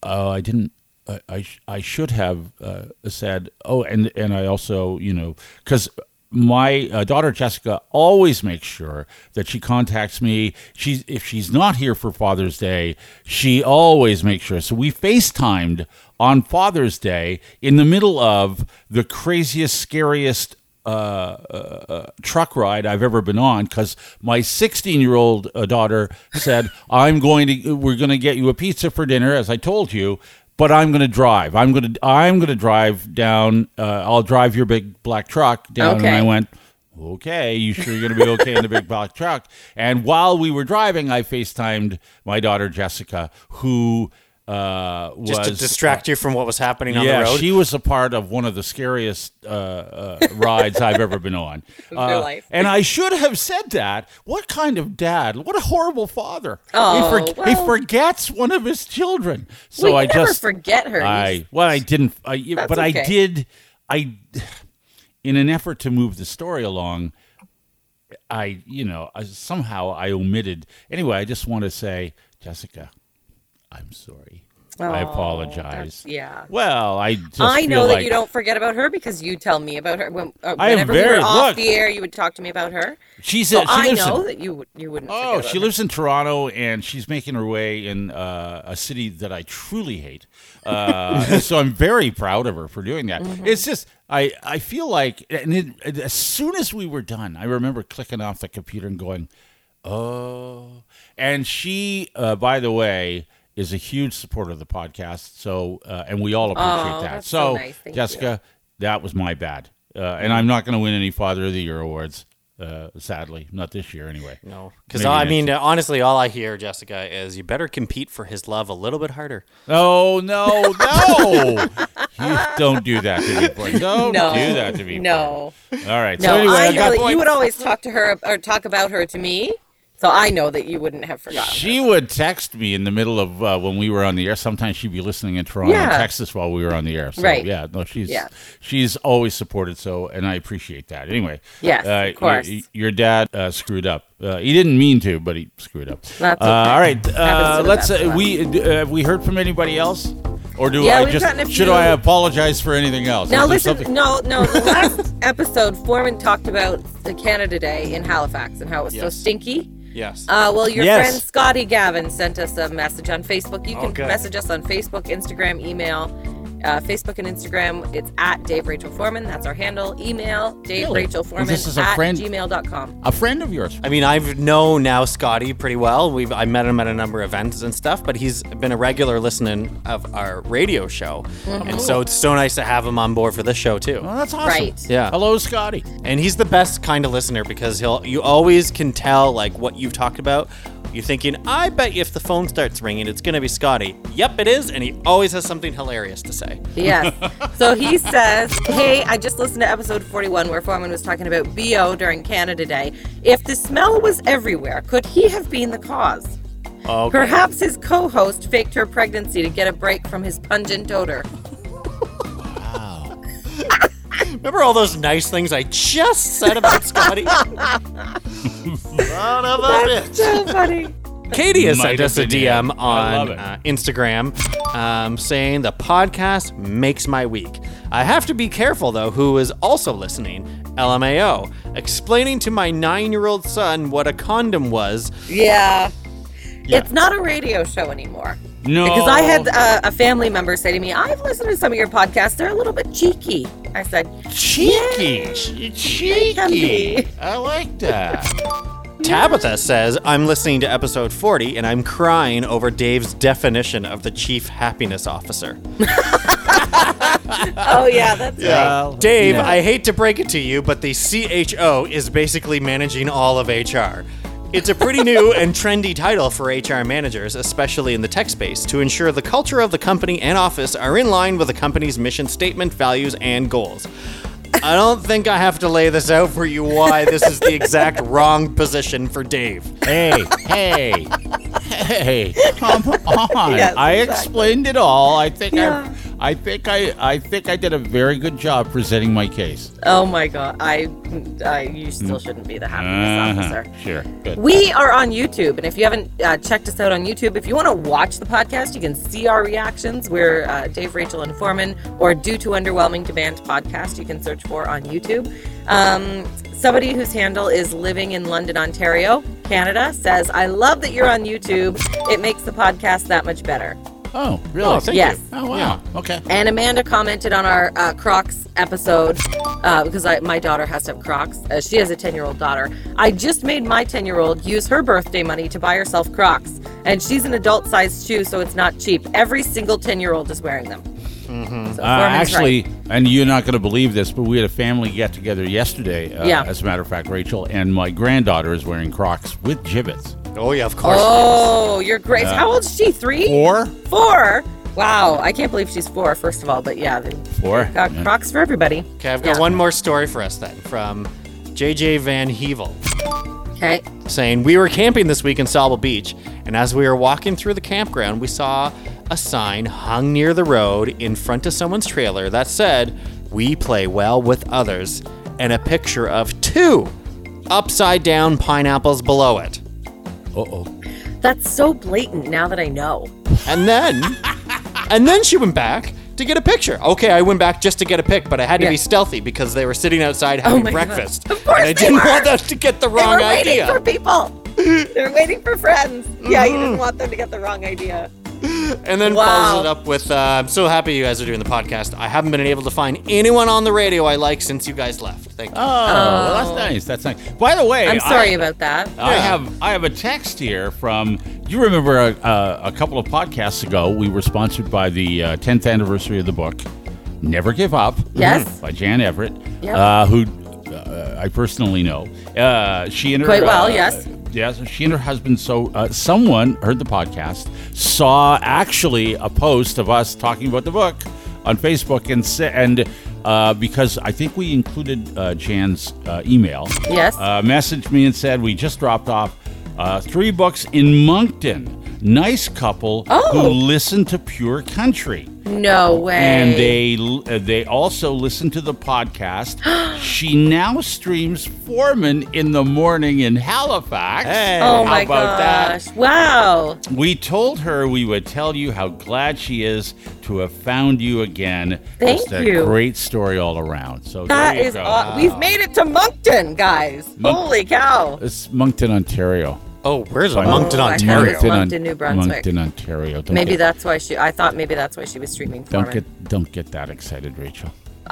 [SPEAKER 3] oh, I didn't. I, I, sh- I should have uh, said, oh, and, and I also, you know, because my uh, daughter Jessica always makes sure that she contacts me. She's if she's not here for Father's Day, she always makes sure. So we FaceTimed on Father's Day in the middle of the craziest, scariest truck ride I've ever been on because my 16 year old uh, daughter said, I'm going to, we're going to get you a pizza for dinner, as I told you. But I'm going to drive. I'm going to. I'm going to drive down. Uh, I'll drive your big black truck down. And
[SPEAKER 2] Okay.
[SPEAKER 3] I went, okay. You sure you're going to be okay in the big black truck? And while we were driving, I Facetimed my daughter Jessica, who uh, was
[SPEAKER 1] Just to distract you from what was happening on
[SPEAKER 3] yeah,
[SPEAKER 1] the road.
[SPEAKER 3] she was a part of one of the scariest uh, uh, rides I've ever been on.
[SPEAKER 2] Of
[SPEAKER 3] Uh,
[SPEAKER 2] your life.
[SPEAKER 3] And I should have said that. What kind of dad? What a horrible father!
[SPEAKER 2] Oh,
[SPEAKER 3] he,
[SPEAKER 2] well.
[SPEAKER 3] he forgets one of his children. So
[SPEAKER 2] we
[SPEAKER 3] I
[SPEAKER 2] never
[SPEAKER 3] just
[SPEAKER 2] forget her.
[SPEAKER 3] I well, I didn't. I, but I
[SPEAKER 2] okay.
[SPEAKER 3] did. I, in an effort to move the story along, I you know I, somehow I omitted. Anyway, I just want to say, Jessica, I'm sorry. I
[SPEAKER 2] Oh,
[SPEAKER 3] apologize.
[SPEAKER 2] yeah.
[SPEAKER 3] Well, I just
[SPEAKER 2] I know
[SPEAKER 3] feel
[SPEAKER 2] that
[SPEAKER 3] like-
[SPEAKER 2] you don't forget about her because you tell me about her when uh,
[SPEAKER 3] I am
[SPEAKER 2] whenever we
[SPEAKER 3] very-
[SPEAKER 2] were off
[SPEAKER 3] look.
[SPEAKER 2] the air. You would talk to me about her.
[SPEAKER 3] She's a,
[SPEAKER 2] So
[SPEAKER 3] she
[SPEAKER 2] I
[SPEAKER 3] lives in-
[SPEAKER 2] know that you would- you wouldn't. forget
[SPEAKER 3] Oh,
[SPEAKER 2] about
[SPEAKER 3] she
[SPEAKER 2] her.
[SPEAKER 3] lives in Toronto, and she's making her way in uh, a city that I truly hate. Uh, so I'm very proud of her for doing that.
[SPEAKER 2] Mm-hmm.
[SPEAKER 3] It's just I I feel like, and it, and as soon as we were done, I remember clicking off the computer and going, "Oh!" And she, uh, by the way. Is a huge supporter of the podcast, so uh, and we all appreciate
[SPEAKER 2] Oh,
[SPEAKER 3] that.
[SPEAKER 2] that's
[SPEAKER 3] so,
[SPEAKER 2] so nice. Thank you.
[SPEAKER 3] Jessica, that was my bad, uh, and I'm not going to win any Father of the Year awards, uh, sadly, not this year anyway.
[SPEAKER 1] no, because
[SPEAKER 3] Maybe
[SPEAKER 1] I
[SPEAKER 3] next
[SPEAKER 1] mean, honestly, all I hear, Jessica, is you better compete for his love a little bit harder.
[SPEAKER 3] Oh no, no! you don't do that to me, boy. Don't
[SPEAKER 2] No.
[SPEAKER 3] do that to me.
[SPEAKER 2] No.
[SPEAKER 3] boy. All right.
[SPEAKER 2] No,
[SPEAKER 3] so anyway,
[SPEAKER 2] I
[SPEAKER 3] I
[SPEAKER 2] know
[SPEAKER 3] got.
[SPEAKER 2] that you would always talk to her or talk about her to me, so I know that you wouldn't have forgotten.
[SPEAKER 3] She would text me in the middle of uh, when we were on the air. Sometimes she'd be listening in Toronto,
[SPEAKER 2] Yeah.
[SPEAKER 3] Texas, while we were on the air. So,
[SPEAKER 2] Right.
[SPEAKER 3] Yeah. No, she's
[SPEAKER 2] Yeah.
[SPEAKER 3] she's always supported. So, and I appreciate that. Anyway.
[SPEAKER 2] Yes, of
[SPEAKER 3] y-
[SPEAKER 2] course.
[SPEAKER 3] y- your dad uh, screwed up. Uh, he didn't mean to, but he screwed up.
[SPEAKER 2] That's
[SPEAKER 3] Uh,
[SPEAKER 2] okay.
[SPEAKER 3] all right. Uh,
[SPEAKER 2] Happens to the
[SPEAKER 3] let's.
[SPEAKER 2] best
[SPEAKER 3] Uh,
[SPEAKER 2] of us.
[SPEAKER 3] we uh, have we heard from anybody else? Or do
[SPEAKER 2] Yeah,
[SPEAKER 3] I
[SPEAKER 2] we've gotten a
[SPEAKER 3] just should
[SPEAKER 2] few-
[SPEAKER 3] I apologize for anything else?
[SPEAKER 2] Now
[SPEAKER 3] Is there
[SPEAKER 2] listen,
[SPEAKER 3] something-
[SPEAKER 2] no, no. The last episode, Foreman talked about the Canada Day in Halifax and how it was so
[SPEAKER 5] Yes.
[SPEAKER 2] stinky.
[SPEAKER 5] Yes.
[SPEAKER 2] Uh, well, your
[SPEAKER 1] Yes.
[SPEAKER 2] friend Scotty Gavin sent us a message on Facebook. You
[SPEAKER 5] Oh,
[SPEAKER 2] can
[SPEAKER 5] good.
[SPEAKER 2] message us on Facebook, Instagram, email. Uh, Facebook and Instagram, it's at Dave Rachel Foreman. That's our handle. Email Dave
[SPEAKER 3] Really?
[SPEAKER 2] Rachel Foreman
[SPEAKER 3] This is a
[SPEAKER 2] at
[SPEAKER 3] friend-
[SPEAKER 2] gmail.com.
[SPEAKER 3] a friend of yours.
[SPEAKER 1] I mean, I've known now Scotty pretty well. We've I met him at a number of events and stuff, but he's been a regular listener of our radio show,
[SPEAKER 2] Mm-hmm.
[SPEAKER 1] and so it's so nice to have him on board for this show too.
[SPEAKER 3] Well, Oh, that's awesome.
[SPEAKER 2] Right.
[SPEAKER 1] Yeah.
[SPEAKER 3] Hello, Scotty.
[SPEAKER 1] And he's the best kind of listener because he'll you always can tell like what you've talked about. You're thinking, I bet you if the phone starts ringing, it's gonna be Scotty. Yep, it is, and he always has something hilarious to say.
[SPEAKER 2] Yes. so he says, Hey, I just listened to episode 41 where Foreman was talking about BO during Canada Day. If the smell was everywhere, could he have been the cause?
[SPEAKER 1] Okay.
[SPEAKER 2] Perhaps his co host faked her pregnancy to get a break from his pungent odor.
[SPEAKER 1] Remember all those nice things I just said about Scotty?
[SPEAKER 5] Son of a bitch.
[SPEAKER 2] So funny.
[SPEAKER 1] Katie has
[SPEAKER 3] Might
[SPEAKER 1] sent us a
[SPEAKER 3] have been, yeah.
[SPEAKER 1] DM
[SPEAKER 3] I love
[SPEAKER 1] on
[SPEAKER 3] it.
[SPEAKER 1] uh, Instagram um, saying the podcast makes my week. I have to be careful though, who is also listening. LMAO, explaining to my nine year old son what a condom was.
[SPEAKER 2] Yeah. It's not a radio show anymore.
[SPEAKER 3] No.
[SPEAKER 2] Because I had uh, a family member say to me, I've listened to some of your podcasts. They're a little bit cheeky. I said,
[SPEAKER 3] cheeky.
[SPEAKER 2] can be.
[SPEAKER 3] Cheeky. I like that.
[SPEAKER 1] Tabitha says, I'm listening to episode 40 and I'm crying over Dave's definition of the chief happiness officer.
[SPEAKER 2] Oh, yeah, that's right.
[SPEAKER 1] Dave, I hate to break it to you, but the CHO is basically managing all of HR. It's a pretty new and trendy title for HR managers, especially in the tech space, to ensure the culture of the company and office are in line with the company's mission statement, values, and goals. I don't think I have to lay this out for you why this is the exact wrong position for Dave.
[SPEAKER 3] hey, hey, hey! Come on!
[SPEAKER 2] Yes,
[SPEAKER 3] I
[SPEAKER 2] exactly.
[SPEAKER 3] explained it all. I think
[SPEAKER 2] Yeah.
[SPEAKER 3] I, I think I, I think I did a very good job presenting my case.
[SPEAKER 2] Oh, my God. I, I, you still shouldn't be the happiness
[SPEAKER 3] Uh-huh.
[SPEAKER 2] officer.
[SPEAKER 3] Sure. Good.
[SPEAKER 2] We are on YouTube, and if you haven't uh, checked us out on YouTube, if you want to watch the podcast, you can see our reactions. We're uh, Dave, Rachel, and Foreman, or Due to Underwhelming Demand podcast, you can search for on YouTube. Um, somebody whose handle is living in London, Ontario, Canada, says, I love that you're on YouTube. It makes the podcast that much better.
[SPEAKER 3] oh, really?
[SPEAKER 1] Oh, thank
[SPEAKER 2] yes.
[SPEAKER 3] Oh, wow. Okay.
[SPEAKER 2] And Amanda commented on our uh, Crocs episode uh, because I, my daughter has to have Crocs. Uh, she has a 10 year old daughter. I just made my 10 year old use her birthday money to buy herself Crocs. And she's an adult sized shoe, so it's not cheap. Every single 10 year old is wearing them. So
[SPEAKER 3] Uh,
[SPEAKER 2] Foreman's
[SPEAKER 3] actually,
[SPEAKER 2] right.
[SPEAKER 3] and you're not going to believe this, but we had a family get together yesterday. Uh,
[SPEAKER 2] Yeah.
[SPEAKER 3] As a matter of fact, Rachel and my granddaughter is wearing Crocs with gibbets.
[SPEAKER 1] Oh, yeah, of course.
[SPEAKER 2] Oh, you're great. How old is she? Three?
[SPEAKER 3] Or
[SPEAKER 2] Four? Wow. I can't believe she's four, first of all. But yeah, they
[SPEAKER 3] Four.
[SPEAKER 2] got
[SPEAKER 3] Yeah.
[SPEAKER 2] Crocs for everybody.
[SPEAKER 1] Okay, I've got
[SPEAKER 2] Yeah.
[SPEAKER 1] one more story for us then from JJ Van Hevel.
[SPEAKER 2] Okay.
[SPEAKER 1] saying, We were camping this week in Salba Beach, and as we were walking through the campground, we saw a sign hung near the road in front of someone's trailer that said, We play well with others, and a picture of two upside down pineapples below it.
[SPEAKER 2] That's so blatant now that I know.
[SPEAKER 1] And then, and then she went back. To get a picture. Okay, I went back just to get a pic, but I had to
[SPEAKER 2] Yeah. Oh
[SPEAKER 1] be stealthy because they were sitting outside having
[SPEAKER 2] my God.
[SPEAKER 1] breakfast.
[SPEAKER 2] Of course
[SPEAKER 1] and I
[SPEAKER 2] they
[SPEAKER 1] didn't
[SPEAKER 2] were.
[SPEAKER 1] want them to get the
[SPEAKER 2] They
[SPEAKER 1] wrong
[SPEAKER 2] were waiting
[SPEAKER 1] idea.
[SPEAKER 2] for people. They're waiting for friends. Yeah,
[SPEAKER 3] Mm-hmm.
[SPEAKER 2] you didn't want them to get the wrong idea.
[SPEAKER 1] And then
[SPEAKER 2] Wow.
[SPEAKER 1] follows it up with, uh, "I'm so happy you guys are doing the podcast. I haven't been able to find anyone on the radio I like since you guys left. Thank you."
[SPEAKER 3] Oh, well, that's nice. That's nice. By the way,
[SPEAKER 2] I'm sorry
[SPEAKER 3] I, Uh,
[SPEAKER 2] about that.
[SPEAKER 3] I have I have a text here from. You remember a, a, a couple of podcasts ago, we were sponsored by the uh, 10th anniversary of the book, Never Give Up.
[SPEAKER 2] Yes.
[SPEAKER 3] By Jan Everett,
[SPEAKER 2] Yep.
[SPEAKER 3] uh, who uh, I personally know. Uh, she and her
[SPEAKER 2] Quite well,
[SPEAKER 3] uh,
[SPEAKER 2] yes.
[SPEAKER 3] Yes, she and her husband. So uh, someone heard the podcast, saw actually a post of us talking about the book on Facebook, and sa- and uh, because I think we included uh, Jan's uh, email,
[SPEAKER 2] Yes.
[SPEAKER 3] uh, messaged me and said we just dropped off uh, three books uh, in Moncton. nice couple who
[SPEAKER 2] Oh.
[SPEAKER 3] listen to pure country.
[SPEAKER 2] No way.
[SPEAKER 3] And they l- uh, they also listen to the podcast. she now streams Foreman in the morning in Halifax.
[SPEAKER 1] Hey.
[SPEAKER 2] Oh
[SPEAKER 3] How
[SPEAKER 2] my
[SPEAKER 3] about that?
[SPEAKER 2] gosh. Wow.
[SPEAKER 3] We told her we would tell you how glad she is to have found you again.
[SPEAKER 2] Thank
[SPEAKER 3] Just a
[SPEAKER 2] you.
[SPEAKER 3] Great story all around. So
[SPEAKER 2] That
[SPEAKER 3] there you
[SPEAKER 2] is
[SPEAKER 3] go.
[SPEAKER 2] aw- We've made it to Moncton, guys.
[SPEAKER 3] Monk-
[SPEAKER 2] Holy cow.
[SPEAKER 3] It's Moncton, Ontario.
[SPEAKER 1] Oh, where's
[SPEAKER 3] Fine.
[SPEAKER 1] Moncton,
[SPEAKER 2] Oh, I thought it was
[SPEAKER 1] Ontario?
[SPEAKER 2] Moncton,
[SPEAKER 3] Ont-
[SPEAKER 2] New Brunswick.
[SPEAKER 3] Moncton, Ontario. Don't
[SPEAKER 2] Maybe
[SPEAKER 3] get,
[SPEAKER 2] that's why she. I thought maybe that's why she was streaming.
[SPEAKER 3] Don't
[SPEAKER 2] Foreman.
[SPEAKER 3] get don't get that excited, Rachel.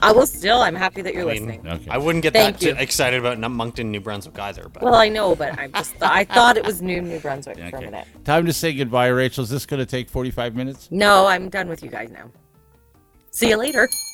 [SPEAKER 2] I will still. I'm happy that you're
[SPEAKER 1] I mean,
[SPEAKER 2] listening.
[SPEAKER 3] Okay.
[SPEAKER 1] I wouldn't get
[SPEAKER 2] Thank
[SPEAKER 1] that
[SPEAKER 2] you.
[SPEAKER 1] t- excited about N- Moncton, New Brunswick either. But
[SPEAKER 2] Well, I know, but I'm just. I thought it was new New Brunswick for a
[SPEAKER 3] Okay.
[SPEAKER 2] minute.
[SPEAKER 3] Time to say goodbye, Rachel. Is this going to take 45 minutes?
[SPEAKER 2] No, I'm done with you guys now. See you later.